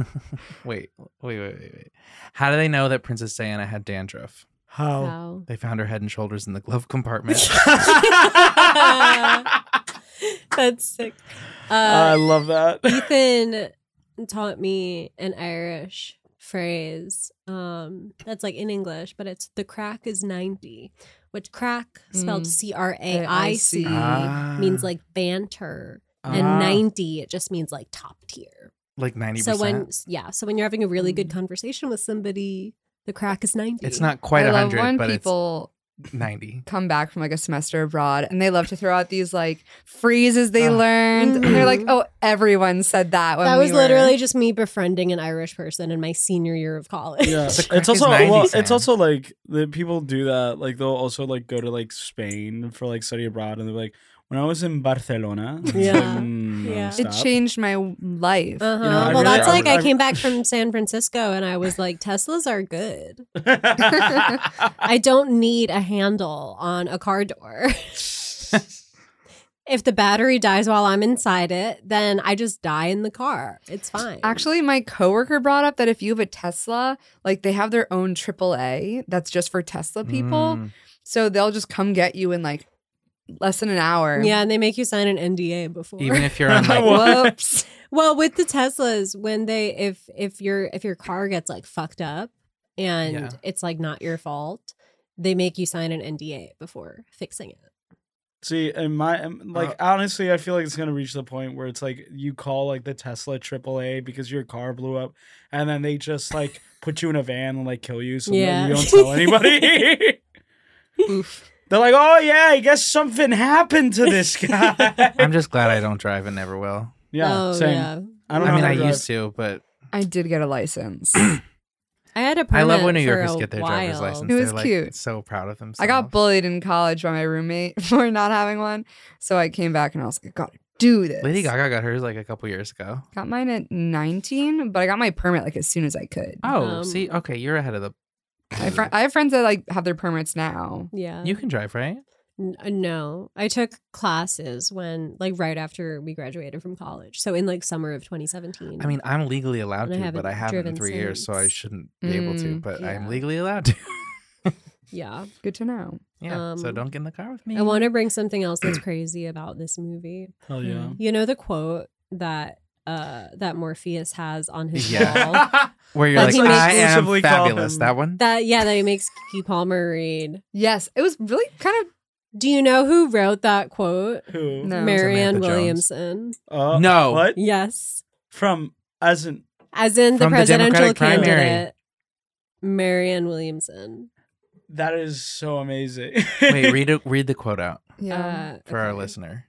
wait, wait, wait, wait, wait. How do they know that Princess Diana had dandruff? How? Wow. They found her head and shoulders in the glove compartment. That's sick. I Uh, love that. Ethan taught me an Irish phrase um, that's like in English, but it's the crack is 90, which crack, spelled Mm. C R A I C, Ah. means like banter. And Ah. 90, it just means like top tier. like ninety So percent. when, yeah, so when you're having a really good conversation with somebody, the crack is 90. it's not quite I love hundred, when but people it's ninety. come back from like a semester abroad and they love to throw out these like phrases they Ugh. learned. And they're like, Mhm. oh, everyone said that. When that we was were-" literally just me befriending an Irish person in my senior year of college. Yeah, The crack is it's also 90 well, cent. it's also like the people do that. Like they'll also like go to like Spain for like study abroad, and they're like, when I was in Barcelona, It's like, Yeah. "Mm, Yeah. It It stop." changed my life. Uh-huh. You know, I well, really- that's I like I, really- came back from San Francisco and I was like, Teslas are good. I don't need a handle on a car door. if the battery dies while I'm inside it, then I just die in the car. It's fine. Actually, my coworker brought up that if you have a Tesla, like they have their own AAA that's just for Tesla people. Mm. So they'll just come get you in like less than an hour. yeah, and they make you sign an NDA before. even if you're on like Whoops. well, with the Teslas, when they if if your if your car gets like fucked up, and Yeah. it's like not your fault, they make you sign an NDA before fixing it. See, and my um, like Uh, honestly, I feel like it's gonna reach the point where it's like you call like the Tesla AAA because your car blew up, and then they just like put you in a van and like kill you, so that Yeah. you don't tell anybody. Oof. They're like, oh yeah, I guess something happened to this guy. I'm just glad I don't drive and never will. yeah, oh same. yeah. I don't I know mean, how I to drive. used to, but I did get a license. I had a I permit. love when New for Yorkers a get their driver's while. license. It was They're, like, cute. So proud of themselves. I got bullied in college by my roommate for not having one. So I came back and I was like, I gotta do this. Lady Gaga got hers like a couple years ago. Got mine at 19, but I got my permit like as soon as I could. Oh, Um, see, okay, you're ahead of the. I, fr- I have friends that like have their permits now. Yeah. you can drive, right? N- uh, no, I took classes when, like, right after we graduated from college. So in like summer of 2017. I mean, I'm legally allowed And I to, but I haven't haven't in driven three years, so I since. shouldn't be able to. Mm, But yeah. I'm legally allowed to. yeah. Good to know. yeah. so Um, don't get in the car with me. I want to bring something else that's crazy about this movie. Hell yeah. Mm. You know the quote that uh that Morpheus has on his Yeah. wall. Where you're like, Like, he makes- I am Exclusively call fabulous. him- That one. That yeah, that he makes Kiki Palmer read. Yes, it was really kind Do you know who wrote that quote? Who? of no. Marianne Samantha Jones. Williamson. Uh, No. What? Yes, From as in as in the From the presidential Democratic primary. candidate, Marianne Williamson. that is so amazing. Wait, read it, read the quote out Yeah. Uh, for our okay. listener.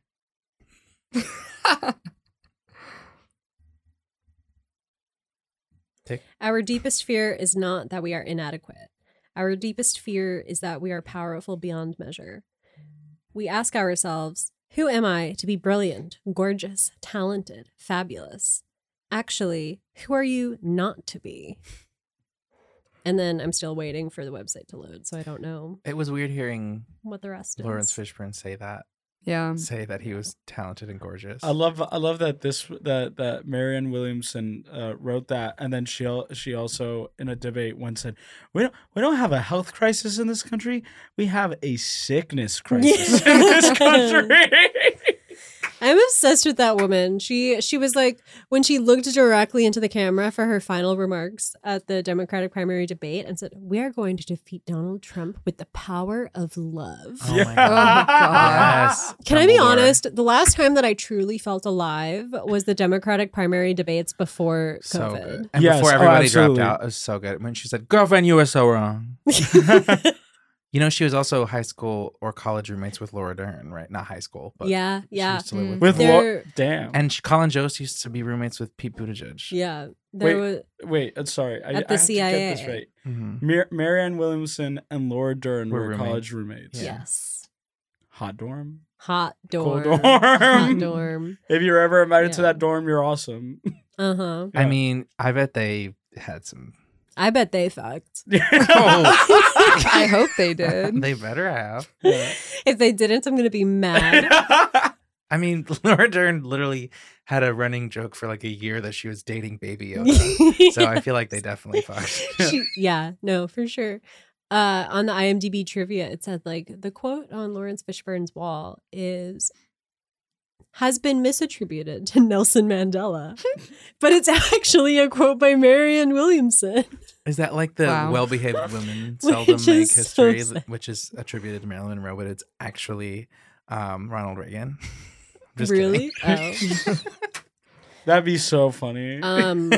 Our deepest fear is not that we are inadequate. Our deepest fear is that we are powerful beyond measure. We ask ourselves, who am I to be brilliant, gorgeous, talented, fabulous? Actually, who are you not to be? And then I'm still waiting for the website to load, so I don't know It was weird hearing what the rest is. Lawrence Fishburne say that, Um, yeah. say that he was talented and gorgeous. I love I love that this that that Marianne Williamson uh, wrote that, and then she al- she also in a debate once said, "We don't we don't have a health crisis in this country. We have a sickness crisis in this country." I'm obsessed with that woman. She she was like when she looked directly into the camera for her final remarks at the Democratic primary debate and said, "We are going to defeat Donald Trump with the power of love." Oh Yeah. my Oh, god. God. Yes, Can I be Dumbledore. honest? The last time that I truly felt alive was the Democratic primary debates before So COVID. good. And Yes, before oh, everybody dropped absolutely. out, it was so good. When she said, "Girlfriend, you were so wrong." You know, she was also high school or college roommates with Laura Dern, right? Not high school, but yeah, she yeah. Mm-hmm. used to live Mm. with, With Laura. Laura- There, Damn. And she, Colin Jost used to be roommates with Pete Buttigieg. yeah. There Wait. was Wait, I'm sorry. At the I, I have to get CIA. this right. Mhm. Mar- Marianne Williamson and Laura Dern Were were, roommates. college roommates. Yeah. yes. Hot dorm. Hot dorm. Cold Hot dorm. dorm. If you're ever invited to Yeah. that dorm, you're awesome. Uh-huh. I Yeah. mean, I bet they had some. I bet they fucked. Oh. I hope they did. they better have. Yeah. If they didn't, I'm gonna be mad. I mean, Laura Dern literally had a running joke for like a year that she was dating Baby Yoda. so I yeah. feel like they definitely fucked. She- yeah, no, for sure. Uh, on the IMDb trivia, it said like the quote on Lawrence Fishburne's wall is has been misattributed to Nelson Mandela, but it's actually a quote by Marianne Williamson. Is that like the Wow. well-behaved women seldom Which make is so history, sad. which is attributed to Marilyn Monroe, but it's actually um, Ronald Reagan? I'm just kidding. really? Oh. That'd be so funny. Um,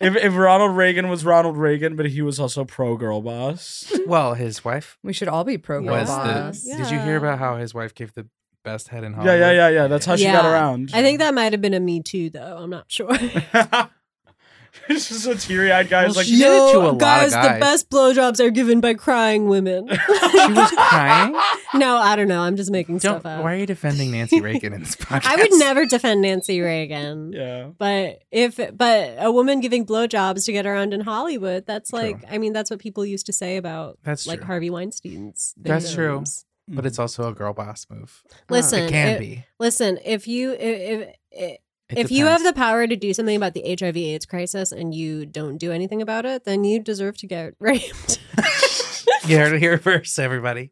if, if Ronald Reagan was Ronald Reagan, but he was also pro girl boss. Well, his wife We should all be pro Yeah. girl was boss. the. Did you hear Yeah. about how his wife gave the best head in Yeah, Hollywood? yeah, yeah, yeah. That's how she got Yeah. around. I think that might have been a Me Too, though. I'm not sure. it's just a teary eyed guy. Well, is like, she did it to a lot of guys, the guys. best blowjobs are given by crying women. She was crying. no, I don't know. I'm just making Don't. stuff up. Why are you defending Nancy Reagan in this podcast? I would never defend Nancy Reagan. yeah. But if but a woman giving blowjobs to get around in Hollywood, that's True. like I mean that's what people used to say about That's like true. Harvey Weinstein's. That's victims. But it's also a girl boss move. Listen, It can it- be. Listen, if you if It if, if you have the depends. power to do something about the HIV/AIDS crisis and you don't do anything about it, then you deserve to get raped. you heard it here first, everybody.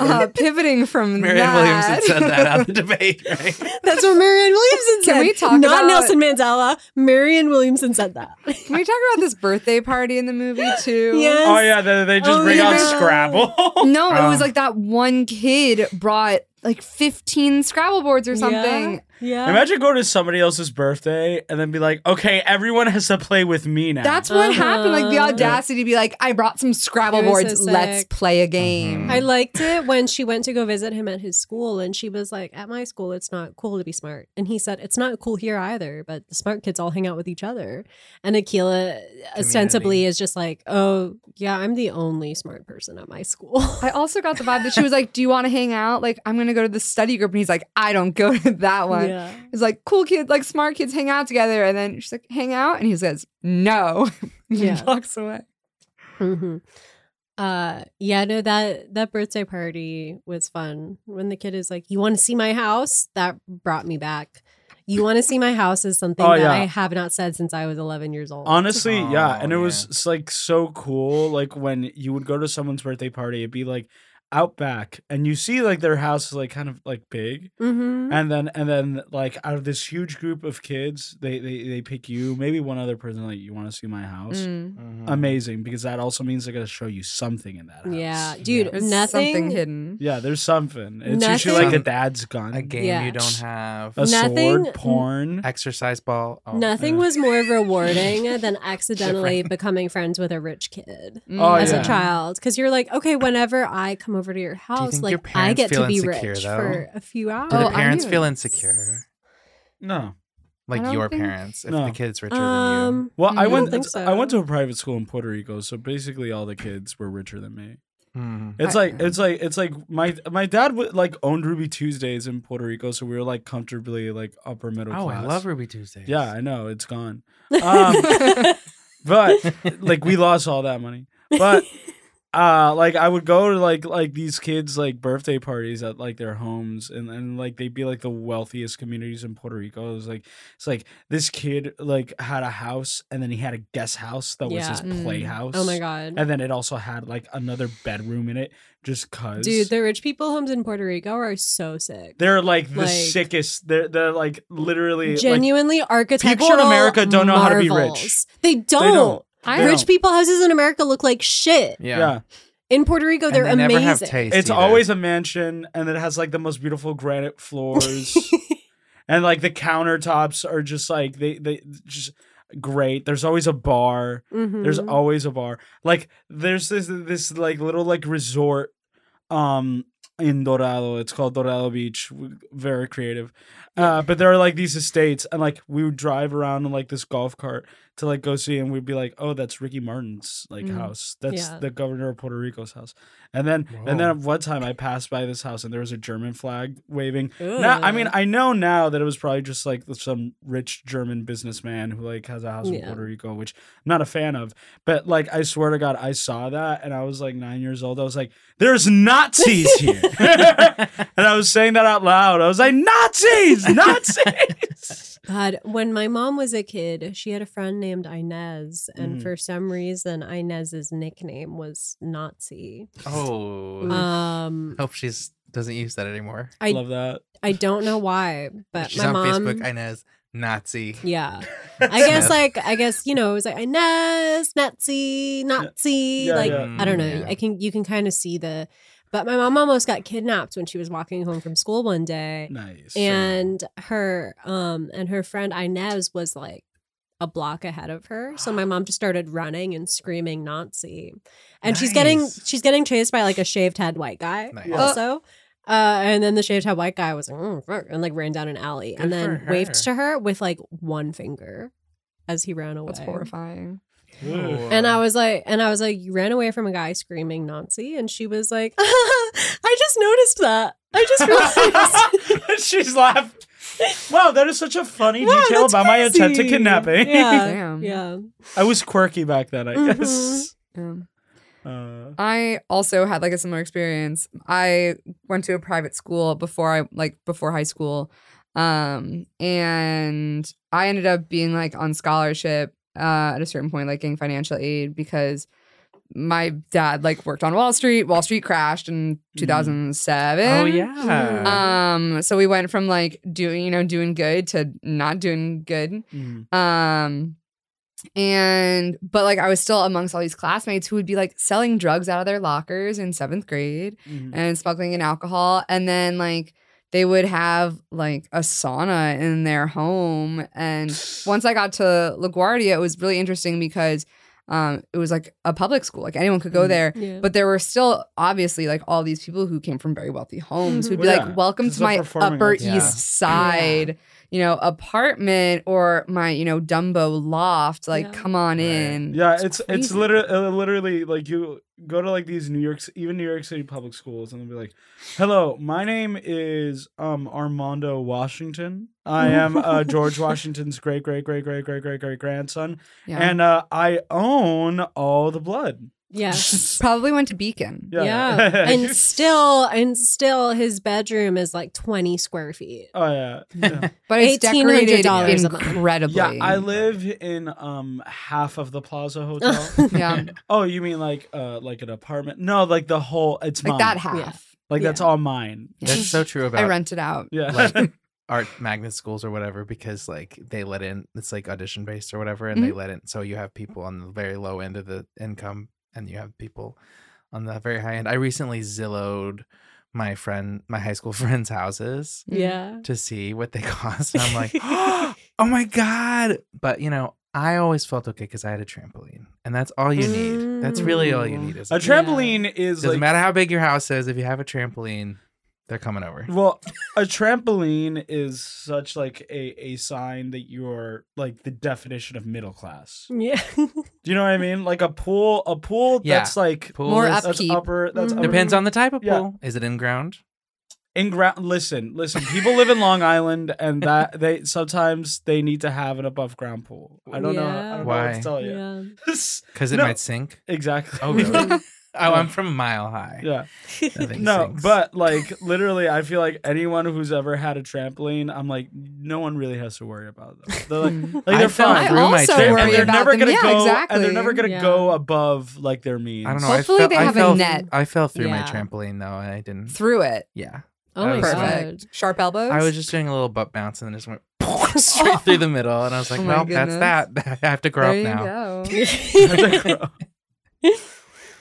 Uh, pivoting from Marianne that, Williamson said that at the debate, right? That's what Marianne Williamson said. Can we talk Not about- Nelson Mandela. Marianne Williamson said that. Can we talk about this birthday party in the movie too? yes. Oh yeah, they, they just Oh, bring out yeah. Scrabble. No, it was Uh. like that one kid brought like 15 Scrabble boards or something. Yeah. Imagine going to somebody else's birthday and then be like, "Okay, everyone has to play with me now." That's what happened. Like the Uh-huh. audacity to be like, I brought some Scrabble It was boards. so Let's sick. play a game. Mhm. I liked it when she went to go visit him at his school and she was like, At my school, it's not cool to be smart. And he said, It's not cool here either, but the smart kids all hang out with each other. And Akila ostensibly Community. is just like, Oh, yeah, I'm the only smart person at my school. I also got the vibe that she was like, Do you want to hang out? Like, I'm going to go to the study group. And he's like, I don't go to that one. Yeah. It's like, Cool kids, like smart kids hang out together. And then she's like, Hang out. And he says, No. Yeah. he walks away. Mhm. Uh yeah, no, that that birthday party was fun. When the kid is like, You want to see my house? That brought me back. You want to see my house is something Oh, that yeah. I have not said since I was 11 years old. Honestly, yeah, Oh, and it was s- like so cool. Like when you would go to someone's birthday party, it'd be like out back, and you see like their house is like kind of like big, Mhm. and then and then like out of this huge group of kids, they they they pick you, maybe one other person. Like you want to see my house. Mm-hmm. Mm. Amazing, because that also means they're gonna show you something in that house. Yeah, dude, There's something nothing hidden. Yeah, there's something. It's usually Nothing- like a dad's gun, A a, game Yeah. you don't have. Nothing- sword, porn. Exercise ball. Oh, Nothing uh, was more rewarding than accidentally becoming friends with a rich kid Oh, as yeah. a child. Because you're like, okay, whenever I come over to your house, think like your I parents get to feel be insecure, rich though? for a few hours. Do Oh, the I parents knew feel this. insecure? No. Like don't your think- parents, if No. the kid's richer than um, Well, I, I don't went. think I went to so. a private school in Puerto Rico, so basically all the kids were richer than me. you. Mm. It's I- like it's like it's like my my dad would like owned Ruby Tuesdays in Puerto Rico, so we were like comfortably like upper middle Oh, class. I love Ruby Tuesdays. Yeah, I know it's gone, um, but like we lost all that money. But uh, like I would go to like like these kids like birthday parties at like their homes, and and like they'd be like the wealthiest communities in Puerto Rico. It was like it's like this kid like had a house, and then he had a guest house that was Yeah. his Mm. playhouse. oh my god, And then it also had like another bedroom in it, just cause. dude, the rich people homes in Puerto Rico are so sick. They're like the Like- sickest. They're they're like literally like, Genuinely architectural. America don't know how to be rich. marvels. They don't. don't. I They Rich don't. people houses in America look like shit. Yeah. yeah. In Puerto Rico, And Oh, they're they amazing. never have taste. It's either. always a mansion, and it has like the most beautiful granite floors, and like the countertops are just like they they just great. There's always a bar. Mhm. There's always a bar. Like there's this this like little like resort um in Dorado. It's called Dorado Beach. W- Very creative. Uh but there are like these estates and like we would drive around in like this golf cart to like go see and we'd be like, "Oh, that's Ricky Martin's like Mm. house. That's Yeah. the governor of Puerto Rico's house." And then and Whoa. then one time I passed by this house and there was a German flag waving. Ugh. Now, I mean, I know now that it was probably just like some rich German businessman who like has a house in Yeah. Puerto Rico, which I'm not a fan of. But like, I swear to God, I saw that and I was like nine years old. I was like, "There's Nazis here," and I was saying that out loud. I was like, "Nazis, Nazis." God, when my mom was a kid, she had a friend named Inez, and Mm-hmm. Mhm. for some reason, Inez's nickname was Nazi. Oh. Um, hope she's doesn't use that anymore. I- Love that. I don't know why, but she's my on mom. Facebook. Inez Nazi. yeah, I guess Smith. like I guess you know it was like Inez, Nazi, Nazi. Yeah, like yeah. I don't know. Mm, yeah. I can you can kind of see the. But my mom almost got kidnapped when she was walking home from school one day, Nice. and her um and her friend Inez was like a block ahead of her so my mom just started running and screaming Nazi and she's getting Nice. she's getting chased by like a shaved head white guy Nice. also uh and then the shaved head white guy was like "Mm, fuck," and like ran down an alley and Good then for waved her. to her with like one finger as he ran away That's horrifying. Ooh. and I was like, and I was like, you ran away from a guy screaming Nazi, and she was like, I just noticed that. I just realized. She's laughed. Wow, that is such a funny Wow, detail that's about my attempt to crazy. kidnapping. Yeah. Damn. yeah. I was quirky back then, I Mhm. guess. Yeah. Uh, I also had like a similar experience. I went to a private school before I like before high school. Um and I ended up being like on scholarship uh at a certain point like getting financial aid because my dad like worked on Wall Street. Wall Street crashed in 2007. Mm-hmm. Oh yeah. Um, so we went from like doing, you know, doing good to not doing good. Mm. Um, and but like I was still amongst all these classmates who would be like selling drugs out of their lockers in seventh grade Mm. and smuggling in alcohol, and then like they would have like a sauna in their home. And once I got to LaGuardia, it was really interesting because um, it was like a public school, like anyone could go Mm. there. Yeah. But there were still obviously like all these people who came from very wealthy homes who'd be Well, yeah, like, Welcome 'cause to they're my performing Upper arts. Yeah. East Side, you know, apartment or my, you know, Dumbo loft. Like, Yeah. come on Right. in. Yeah, it's it's crazy. literally uh, literally like you go to like these New York even New York City public schools and they'll be like, "Hello, my name is um Armando Washington. I am uh, George Washington's great great great great great great great grandson, Yeah. and uh, I own all the blood." yeah. Probably went to Beacon. Yeah. Yeah. and still and still his bedroom is like 20 square feet. Oh yeah. Yeah. But it's decorated $1,800 a month. incredibly. Yeah, I live in um half of the Plaza Hotel. Yeah. oh, you mean like uh like an apartment? No, like the whole it's like mine. that half. Like that's Yeah. all mine. That's so true I about rent it out. Yeah. like art magnet schools or whatever because like they let in it's like audition based or whatever Mm-hmm. and they let in so you have people on the very low end of the income and you have people on the very high end. I recently Zillowed my friend my high school friends' houses Mm. Yeah. to see what they cost. And I'm like, oh my God. But you know, I always felt okay because I had a trampoline. And that's all you need. That's really all you need is Mm. A trampoline is Doesn't like matter how big your house is, if you have a trampoline, they're coming over. Well, a trampoline is such like a, a sign that you're like the definition of middle class. Yeah. Do you know what I mean? Like a pool, a pool Yeah. that's like Pool More is- up- that's Upkeep. upper. That's Mm. upper. depends on the type of Yeah. pool. Is it in ground? in ground. Listen, listen. People live in Long Island, and that they sometimes they need to have an above ground pool. I don't know. I don't know what Why? to tell you. Yeah. Because it No. might sink. exactly. Oh, really? oh, Yeah. I'm from a mile high. Yeah. Nothing No, sinks. but like literally, I feel like anyone who's ever had a trampoline, I'm like, no one really has to worry about them. They're like, Mm. like I they're felt fine. I through my also trampoline. worry and they're about never them. gonna Yeah, go and exactly. they're never gonna Yeah. go above like their means. I don't know. Hopefully I felt, they I have a felt- net. I fell through my Yeah. trampoline though, and I didn't. Through it. Yeah. Oh That my was god. Perfect. Sharp elbows. I was just doing a little butt bounce and then just went straight through the middle. And I was like, Oh my well, that's goodness. that. I have to grow there up you now. go.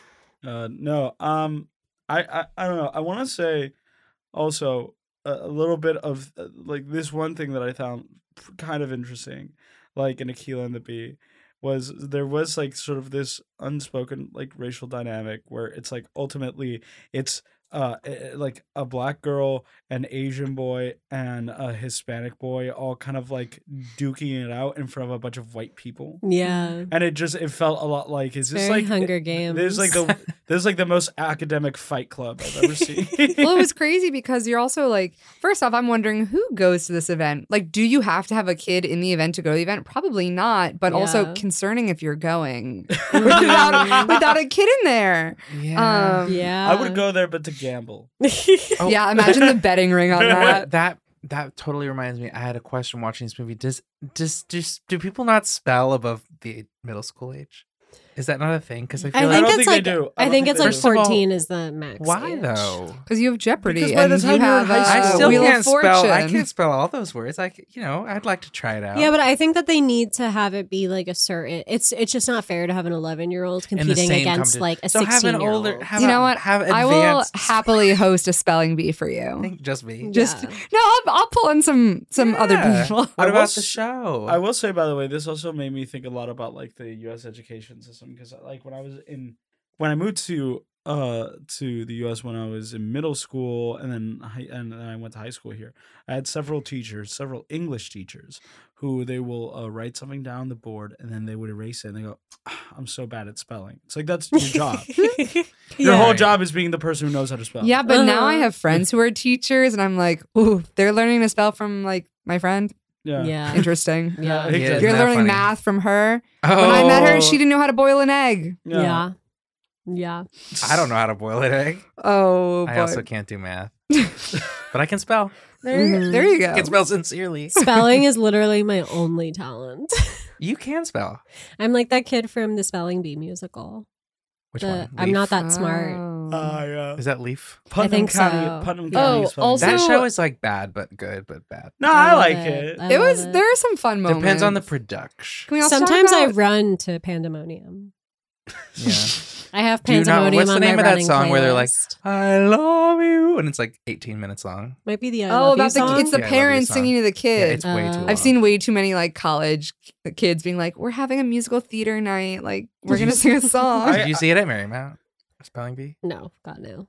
uh, no, um, I, I, I don't know. I want to say also a, a little bit of uh, like this one thing that I found p- kind of interesting, like in Aquila and the Bee, was there was like sort of this unspoken like racial dynamic where it's like ultimately it's uh eh, eh, like a black girl, an Asian boy, and a Hispanic boy all kind of like duking it out in front of a bunch of white people yeah. and it just it felt a lot like is this Very like Hunger Games. There's like the there's like the most academic fight club I've ever seen. well, it was crazy because you're also like, first off, I'm wondering who goes to this event. Like, do you have to have a kid in the event to go to the event? Probably not, but also Yeah. concerning if you're going without, without a kid in there. Yeah. Um, yeah. I would go there, but to gamble. Oh. Yeah, imagine the betting ring on that. that, that that totally reminds me. I had a question watching this movie. Does does just do people not spell above the middle school age? Is that not a thing? Because I I feel I like think don't it's think like they I, do. I don't think, think it's they like do. First of all, 14 is the max. why age. though? Because you have Jeopardy Because by the and time you you're in have high uh, I Uh, still Wheel can't of spell. I Fortune. can't spell all those words. I c- you know I'd like to try it out. Yeah, but I think that they need to have it be like a certain. It's it's just not fair to have an 11 year old competing same against competi- like a so 16 have an year older. old. Have You a- know what? Have advanced. I will happily host a Mm. spelling bee for you. think just me. Just no, I'll, I'll pull in some some other Yeah. people. What I about was- the show? I will say, by the way, this also made me think a lot about like the U.S. education system because, like, when I was in, when I moved to uh to the U.S. when I was in middle school and then high, and then I went to high school here, I had several teachers, several English teachers, who they will uh, write something down on the board and then they would erase it and they go, "Ah, "I'm so bad at spelling." It's like that's your job. Your Yeah. whole job is being the person who knows how to spell. Yeah, but now I Uh-huh. have friends who are teachers, and I'm like, ooh, they're learning to spell from like my friend. yeah, yeah. Interesting. Yeah. Yeah, You're Isn't that learning funny? math from her. Oh, When I met her, she didn't know how to boil an egg. Yeah. Uh, Yeah. Yeah. I don't know how to boil an egg. Oh, boy. I also can't do math, but I can spell. there, Mm-hmm. you- there you go. I can spell sincerely. Spelling is literally my only talent. You can spell. I'm like that kid from the Spelling Bee musical. Which the one? I'm Leaf? not that smart. Oh. uh, Is that Leaf? Putnam think County. so. Putnam Yeah. County Oh, spelling. also- That- that So- show is like bad but good, but bad. no, I, love like it. I it love was there are some fun moments. Depends on the production. Can we also talk Sometimes I about- run to pandemonium. Yeah. I have Do you know- pandemonium what's the on name my of that running song where they're like, playlist. I love you, and it's like 18 minutes long. might be the I Oh, love you about the song. it's the Yeah, I love you parents song. singing to the Yeah, it's kids. way too. Uh, Long. Wow. I've seen way too many like college k- kids being like, "We're having a musical theater night. Like, we're gonna sing a song." Did you see it at Marymount? Spelling bee. No, God no.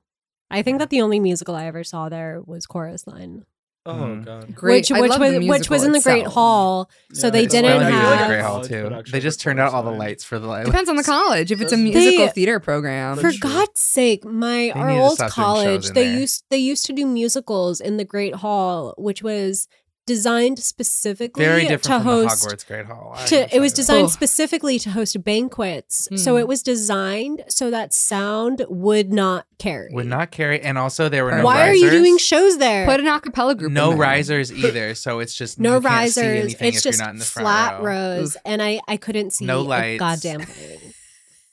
I think that the only musical I ever saw there was Chorus Line, Mhm. god. Great. I which which love the was which was musical in the Great itself. Hall. So they It's didn't uh, Spelling Bee was at have- Great Hall too. They just turned out all the lights for the light. Depends on the college. If it's a They- musical theater program, That's For true. God's sake, my our need to old stop doing shows college, in they there. used they used to do musicals in the Great Hall, which was designed specifically Very different to from host the Hogwarts Great Hall. I to, it decided. was designed Ugh. specifically to host banquets. So Mm. it was designed so that sound would not carry. would not carry, and also there were no. Why risers. are you doing shows there? put an acapella group. no in there. risers either? So it's just no you can't see risers. anything It's if just you're not in the front flat row. rows, Oof. and I I couldn't see No a lights. goddamn thing.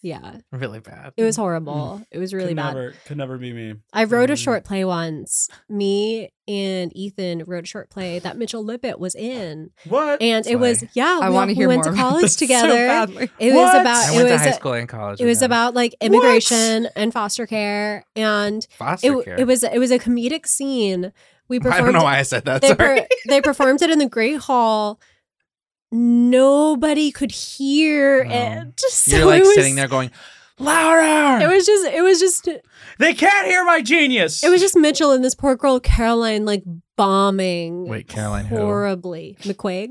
Yeah, Really bad. it Hmm. was horrible. It was really could bad. Never, could never be me. I wrote a Mm. short play once. Me and Ethan wrote a short play that Mitchell Lippett was in, What? and it was Slay. yeah. I we, want to we hear went more to about college this so together. badly. it was What? about I it went to was high a- school and college. it with was them. about like immigration and foster care, and foster it, care. it was it was a comedic scene. We I performed. don't know why I said that. they, Sorry. per- they performed it in the Great Hall. Nobody could hear Oh. it. So You're like it was, sitting there going, It Laura. was just it was just it they can't hear my genius. was just Mitchell and this poor girl Caroline like bombing Wait, Caroline who? horribly. McQuaig.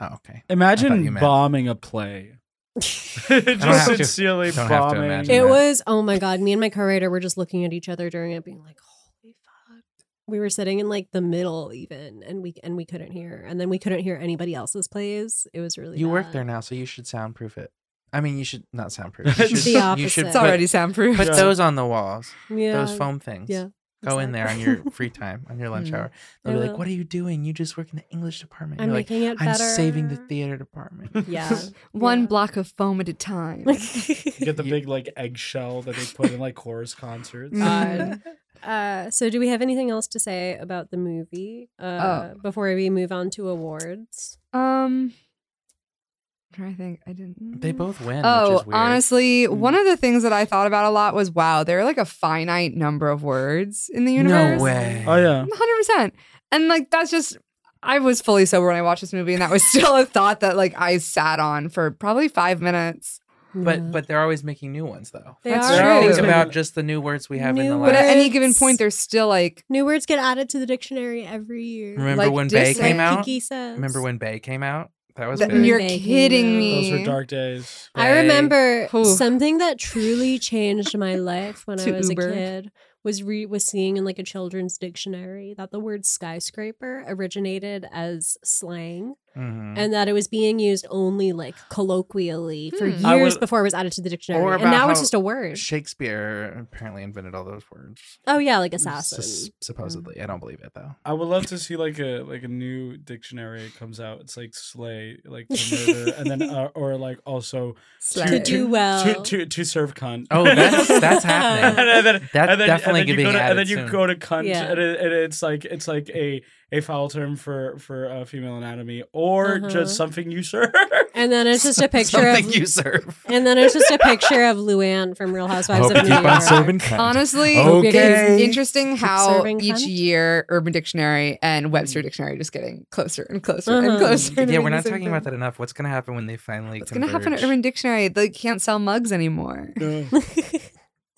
Oh, okay. I thought you Imagine meant- bombing a play. have just to- sincerely don't have to bombing. imagine. It that. was oh my god. Me and my curator were just looking at each other during it, being like, holy fuck. We were sitting in like the middle even, and we and we couldn't hear, and then we couldn't hear anybody else's plays. It was really You bad. work there now, so you should soundproof it. I mean, you should not soundproof. You The should, You opposite. should It's put- already soundproof. Put Yeah. those on the walls, Yeah, those foam things. Yeah, Go in there on exactly. your free time, on your lunch Mm. hour. I They'll be like, will. "What are you doing? You just work in the English department." I'm You're like, making it "I'm better. saving the theater department." Yeah. One Yeah. block of foam at a time. You get the You- big like eggshell that they put in like chorus concerts. Mm. God. uh, so, do we have anything else to say about the movie uh, Oh. before we move on to awards? um, i trying to think. I didn't. they both win. which Oh, is weird. Mm. honestly, one of the things that I thought about a lot was, wow, there are like a finite number of words in the universe. no way. Oh yeah. hundred percent. And like that's just I was fully sober when I watched this movie, and that was still a thought that like I sat on for probably five minutes. But but they're always making new ones though. They That's are. They're true. always True. about just the new words we have in the New last. But at any given Words. point, there's still like new words get added to the dictionary every year. Remember like when Bay dislike came Like out? Kiki says. Remember when Bay came out? That was that, big. you're Making kidding up. me. Those were dark days. I remember Whew. something that truly changed my life when I To was Uber. a kid was re- was seeing in like a children's dictionary that the word skyscraper originated as slang Mhm. and that it was being used only like colloquially for Hmm. I years would- before it was added to the dictionary. Or And about now it's how just a word. Shakespeare apparently invented all those words. oh yeah, like Sus- assassin. supposedly, I don't believe it though. I would love to see like a like a new dictionary comes out. It's like slay, like to murder, and then uh, or like also To Slay. do to well. to, to serve cunt. Oh, that's- that's and happening. then, and That's then- definitely and then you being go to, added And then you soon. go to cunt, Yeah. and, it, and it's like it's like a a foul term for for uh, female anatomy or Uh-huh. just something you serve. and then it's just a picture Something of you serve. and then it's just a picture of Luann from Real Housewives of New York. Honestly, Okay. it's interesting how Serving each cunt? year Urban Dictionary and Webster Dictionary are just getting closer and closer and Mm. Uh-huh. closer. to Yeah, being we're the not same talking about thing. that enough. What's gonna happen when they finally? What's gonna happen at Urban Dictionary? They can't sell mugs anymore. No.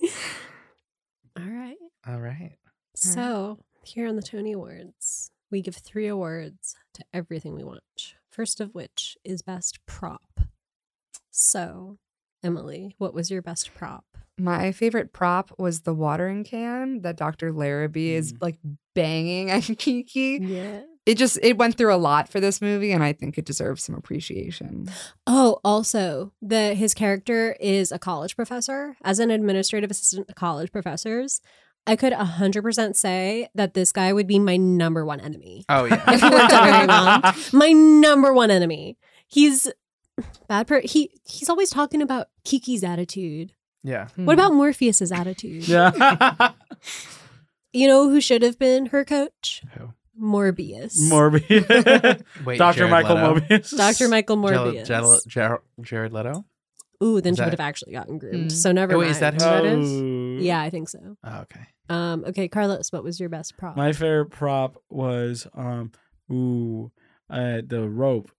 All right. All right. So here on the Tony Awards, we give three awards to everything we watch. First of which is best prop. So, Emily, what was your best prop? My favorite prop was the watering can that Dr. Larrabee is Mm. like banging at Kiki. Yeah. It just it went through a lot for this movie, and I think it deserves some appreciation. Oh, also, the his character is a college professor. As an administrative assistant to college professors, I could 100% say that this guy would be my number one enemy. Oh If yeah. it worked out very well. My number one enemy. He's bad per he he's always talking about Kiki's attitude. Yeah. Hmm. What about Morpheus's attitude? Yeah. You know who should have been her coach? Who? Morbius. Morbius. Wait, Dr. Jared Michael Leto? Morbius. Dr. Michael Jell- Morbius. Jell- Jar- Jared Leto. Ooh, then Is she that- would have actually gotten groomed. Mm. So never Oh, mind. wait, is that who that is? Oh. Yeah, I think so. Oh, okay. Um, okay, Carlos, what was your best prop? My favorite prop was um ooh uh the rope.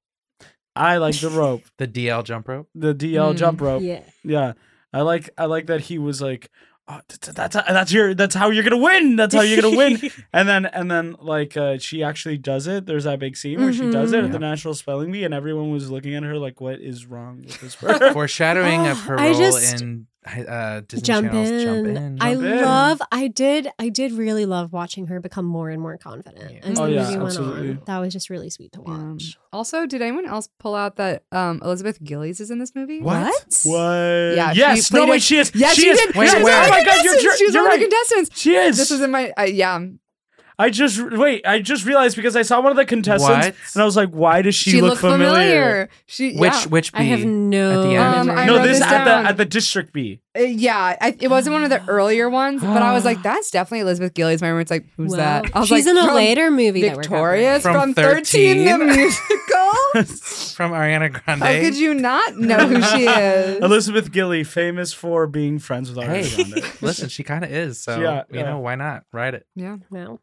I like the rope. The DL jump rope. The DL Mm. jump rope. Yeah. yeah. I like I like that he was like oh, that's, that's that's your that's how you're going to win. That's how you're going to win. and then and then like uh, she actually does it. There's that big scene where she does it Mm-hmm. Mhm. at the National Spelling Bee and everyone was looking at her like what is wrong with this person? Foreshadowing of Ah, her I role just- in uh, Disney jump Channel's in. Jump In. I Jump in. love I did I did really love watching her become more and more confident Yeah. as Oh, the yeah, movie went absolutely. on. That was just really sweet to Um, watch. also, did anyone else pull out that um, Elizabeth Gillies is in this movie? What? what? Yeah, she yes, no played way a- she is. Yeah, she, is. did. Wait, she was where? one Oh of my the god, you're, contestants. you're, She was you're one of the right. contestants. She is. This was in my uh, yeah. I just wait. I just realized because I saw one of the contestants, What? and I was like, "Why does she, look looked familiar?" She Which yeah. which I have bee? no the end. Um, I No, wrote this this at down. the at the district bee. Uh, yeah, I, it wasn't one of the earlier ones, but I was like, that's definitely Elizabeth Gillies. My roommate's like, who's Wow. that? I was She's like, in a "From later movie Victorious From from, 13, the 13. musical. from Ariana Grande. How could you not know who she is? Elizabeth Gilly, famous for being friends with Ariana Hey. Grande. Listen, she kind of is. So Yeah, you yeah. know why not ride it? yeah, that we're covering. No.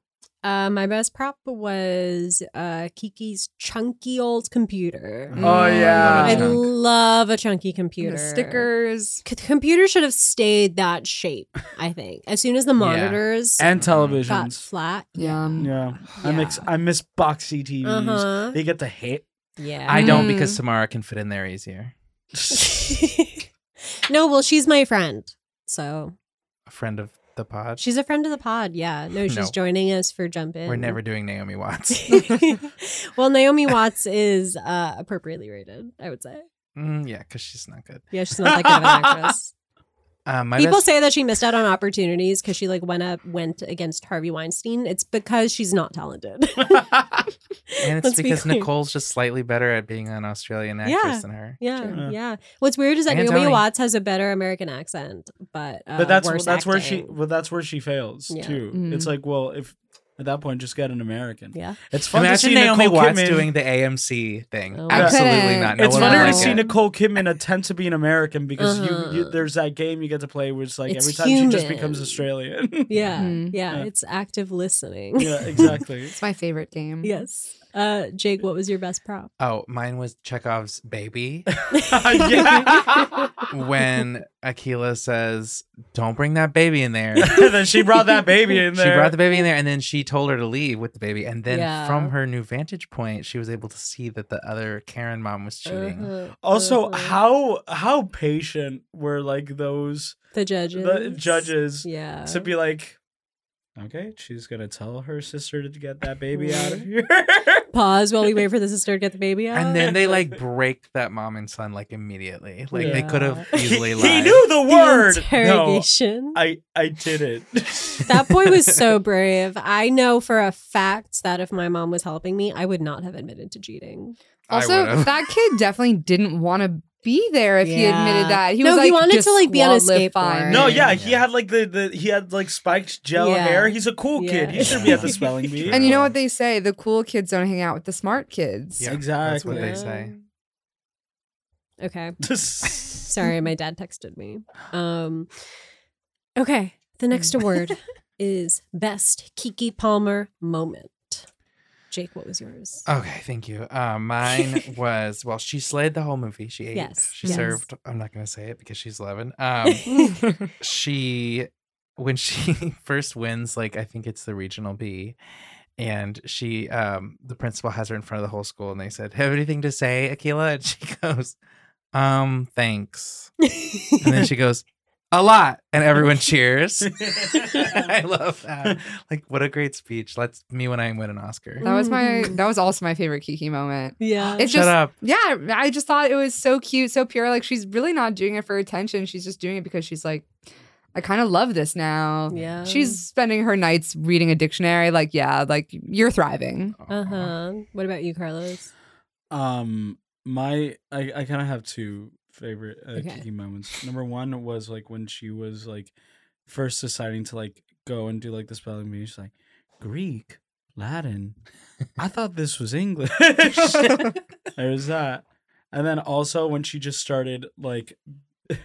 Uh, my best prop was uh, Kiki's chunky old computer. Mm. Oh yeah, I I love Chunk. love a chunky computer. the stickers. C- computer should have stayed that shape, I think. As soon as the monitors and got televisions. flat. Yeah. Yeah, I mix. Yeah. I miss boxy TVs. Uh-huh. They get the hit. Yeah. I don't Mm. because Samara can fit in there easier. no, well, she's my friend. So A friend of the pod. she's a friend of the pod. Yeah. No, she's No. joining us for Jump In. We're never doing Naomi Watts. well, Naomi Watts is uh, appropriately rated, I would say. Mm, yeah, because she's not good. Yeah, she's not that good of an actress. Uh, my People best- say that she missed out on opportunities because she like went up went against Harvey Weinstein. It's because she's not talented. and it's Let's be because clear. Nicole's just slightly better at being an Australian actress Yeah. than her. Yeah, Sure. yeah. What's weird is that And Naomi Tony. Watts has a better American accent, but uh, but that's worse that's where she. acting. Well, that's where she fails Yeah. too. Mhm. It's like, well, if at that point, just get an American. Yeah, It's fun to Imagine see Naomi Nicole Watts Kidman. doing the AMC thing. Oh. I Absolutely couldn't. not. No it's one would funny funny to like see it. Nicole Kidman attempt to be an American because Uh-huh. you, you there's that game you get to play where it's like It's every time she just becomes human. Australian. yeah, Hmm. Mhm. yeah, Yeah. It's active listening. yeah, exactly. It's my favorite game. yes. Uh, Jake, what was your best prop? Oh, mine was Chekhov's baby yeah. when Akila says, "Don't bring that baby in there." then she brought that baby in She there. brought the baby in there, and then she told her to leave with the baby. And then Yeah. from her new vantage point, she was able to see that the other Karen mom was cheating. Uh-huh, also, uh-huh. how how patient were like those the judges? the judges Yeah. to be like, okay, she's gonna tell her sister to get that baby out of here. Pause while we wait for the sister to get the baby out. And then they like break that mom and son like immediately. Like they Yeah. could have he, easily he lied. knew the the word. No, interrogation. I I did it. that boy was so brave. I know for a fact that if my mom was helping me, I would not have admitted to cheating. I Also, would've. that kid definitely didn't want to be there if he Yeah. admitted that. He No, was he like, wanted to, like, be on a disqualified. skateboard. No, Right. yeah, he Yeah. had like the, the he had like spiked gel Yeah. hair. He's a cool kid. Yeah. He should be at the spelling bee. And you know what they say? The cool kids don't hang out with the smart kids. Yeah, That's exactly. what they Yeah. say. Okay. Sorry, my dad texted me. Um Okay, the Mm. next award is best Kiki Palmer moment. Jake, what was yours? Okay, thank you. Uh, mine was well, she slayed the whole movie. She ate. Yes, She yes. served. I'm not gonna say it because she's eleven. Um, she when she first wins, like I think it's the regional B, and she um the principal has her in front of the whole school, and they said, "Have anything to say, Akila?" And she goes, "Um, thanks." And then she goes, "A lot," and everyone cheers. I love that. Like, what a great speech. Let's me when I win an Oscar. That was my Mm. that was also my favorite Kiki moment. yeah. It's Shut just up. yeah, I just thought it was so cute, so pure. Like she's really not doing it for attention. She's just doing it because she's like, I kind of love this now. yeah. She's spending her nights reading a dictionary. Like, yeah, like you're thriving. Aw. Uh-huh. What about you, Carlos? Um, my I I kind of have two favorite uh, Okay. Kiki moments. Number one was like when she was like first deciding to like go and do like the spelling bee. She's like Greek, Latin. I thought this was English. there was that, and then also when she just started like.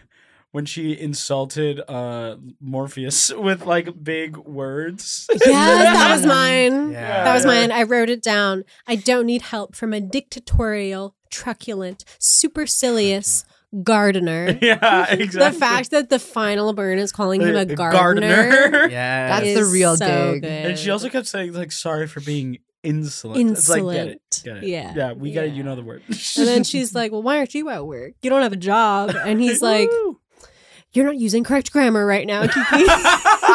When she insulted uh Morpheus with like big words. Yes, that was mine. Yeah. That was Yeah. mine. I wrote it down. I don't need help from a dictatorial, truculent, supercilious gardener. yeah, The exactly. fact that the final burn is calling him a A gardener. Yeah. That's- is the real so dig. Good. And she also kept saying like sorry for being insolent. It's like get insolent. it. Get it. Yeah. Yeah, we got it. You Yeah. know the word. And then she's like, "Well, why aren't you at work? You don't have a job." And he's like, "You're not using correct grammar right now, Kiki."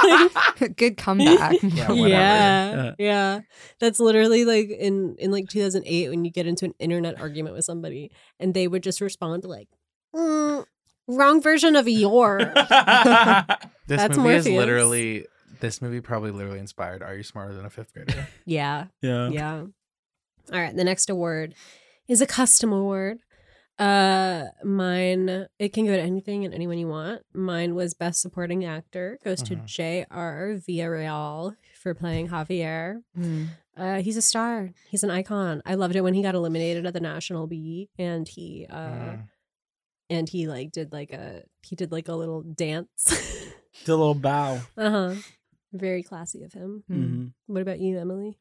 Good comeback. Yeah, whatever. yeah, Yeah. yeah. That's literally like in in like 2008 when you get into an internet argument with somebody and they would just respond like, mm, "Wrong version of your." This That's movie is Morpheus. literally. This movie probably literally inspired Are You Smarter Than a Fifth Grader? yeah, yeah. yeah. All right, the next award is a custom award. Uh, mine it can go to anything and anyone you want. Mine was best supporting actor goes to Mhm. J.R. Villarreal for playing Javier. Mm. Uh, he's a star. He's an icon. I loved it when he got eliminated at the national B, and he uh, Mm. and he like did like a he did like a little dance. Did a little bow. uh huh. Very classy of him. Mm. Mhm. What about you, Emily?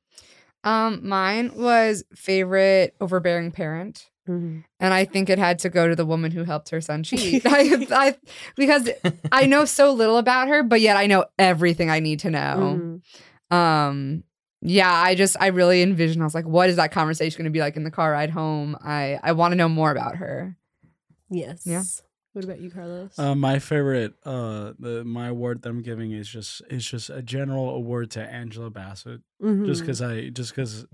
Um, mine was favorite overbearing parent. Mm-hmm. And I think it had to go to the woman who helped her son cheat. I, I, because I know so little about her, but yet I know everything I need to know. Mhm. Um, yeah, I just I really envisioned. I was like, what is that conversation going to be like in the car ride home? I I want to know more about her. Yes. Yeah. What about you, Carlos? Uh, my favorite, uh, the, my award that I'm giving is just is just a general award to Angela Bassett, just Mhm. because I just because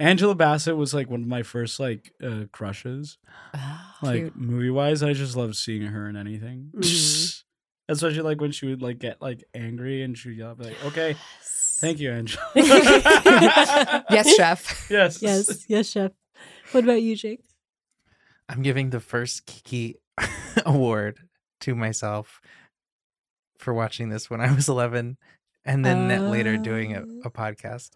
Angela Bassett was like one of my first like uh, crushes, like Ah, Cute. movie wise. I just love seeing her in anything, Mhm. Mm-hmm. especially like when she would like get like angry and she would yell, be like, "Okay, thank you, Angela." uh, Yes, chef. Yes. Yes. Yes, chef. What about you, Jake? I'm giving the first Kiki award to myself for watching this when I was 11 and then net later doing a, Oh. a podcast.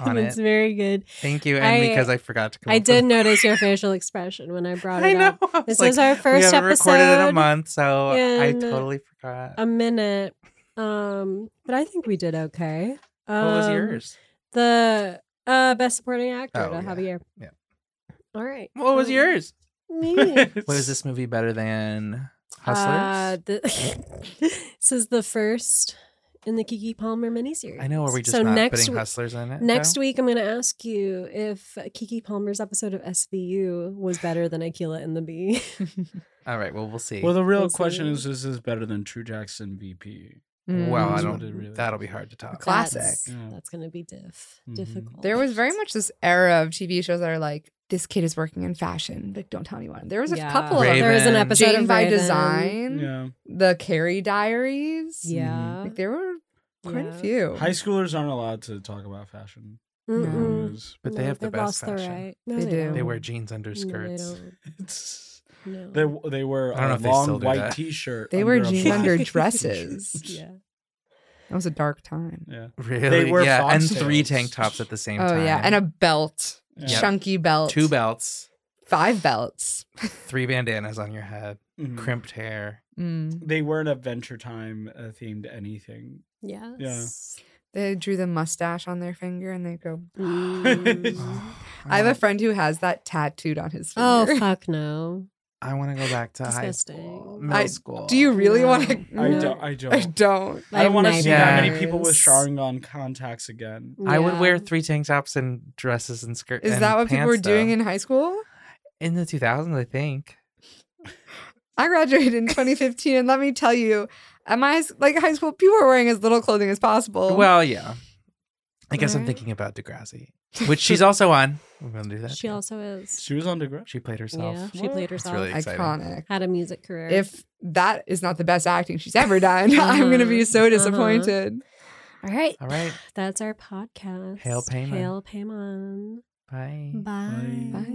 On That's it. very good. Thank you. And I- because I forgot to come I up with- did notice your facial expression when I brought I it know. up. I was This like, was our we first haven't episode. recorded in a month, so I and, uh, totally forgot. a minute. Um, but I think we did okay. Um, what was yours? The uh best supporting actor Oh, to yeah. Javier. Yeah. All right. What was Um, yours? Me. What is this movie better than Hustlers? Uh, the, this is the first in the Kiki Palmer miniseries. I know. Are we just so not next putting w- Hustlers in it? Next though? week, I'm going to ask you if Kiki Palmer's episode of SVU was better than Aquila and the Bee. All right. Well, we'll see. Well, the real We'll question see. is: Is this better than True Jackson VP? well, I Mm. That's don't. what it really that'll is. be hard to top. Cla- Classic. That's, Yeah. that's going to be diff, Mm-hmm. Mhm. difficult. There was very much this era of TV shows that are like, this kid is working in fashion, but don't tell anyone. There was a Yeah. couple of Raven. them. There was an Jane episode Jane of by Raven. Design, Yeah. the Carrie Diaries. Yeah. Like there were Mm-hmm. quite Yeah. a few. High schoolers aren't allowed to talk about fashion. Mm. Mm-hmm. Mm-mm. It's- But they No, have the they've best lost their fashion. right. No, They do. don't. They wear jeans under skirts. No, they it's- don't. They No. they wear I don't know a if they long still do white that. T-shirt. They wear under a jeans black- under dresses. yeah. That was a dark time. Yeah. really? wear yeah, and foxtails. three tank tops at the same Oh time. yeah, and a belt, Yeah. chunky belt, two belts, five belts. three bandanas on your head, Mhm. crimped hair. Mm. They were an Adventure Time uh, themed anything. Yes. They drew the mustache on their finger and they go. Oh, Mm. I have a friend who has that tattooed on his finger. oh fuck no. I want to go back to high school, Disgusting. middle I- school. Do you really No. want to? I No. don't. I don't. I don't. I don't want to see that many nightmares. people with Sharingan contacts again. I would wear Yeah. three tank tops and dresses and skirts. Is that what people were doing in high school? in the 2000s? I think. I graduated in 2015, and let me tell you, at my s- like high school, people were wearing as little clothing as possible. Well, yeah. I guess I'm Right. thinking about Degrassi, which she's also on. We're gonna do that. She too. also is. She was on DeGrasse. she played herself. Yeah, she played It's herself. really exciting. iconic. Had a music career. If that is not the best acting she's ever done, I'm going to be Uh-huh, so uh-huh. disappointed. all right, All right. that's our podcast. Hail Payman. Hail Payman. Bye. Bye. Bye.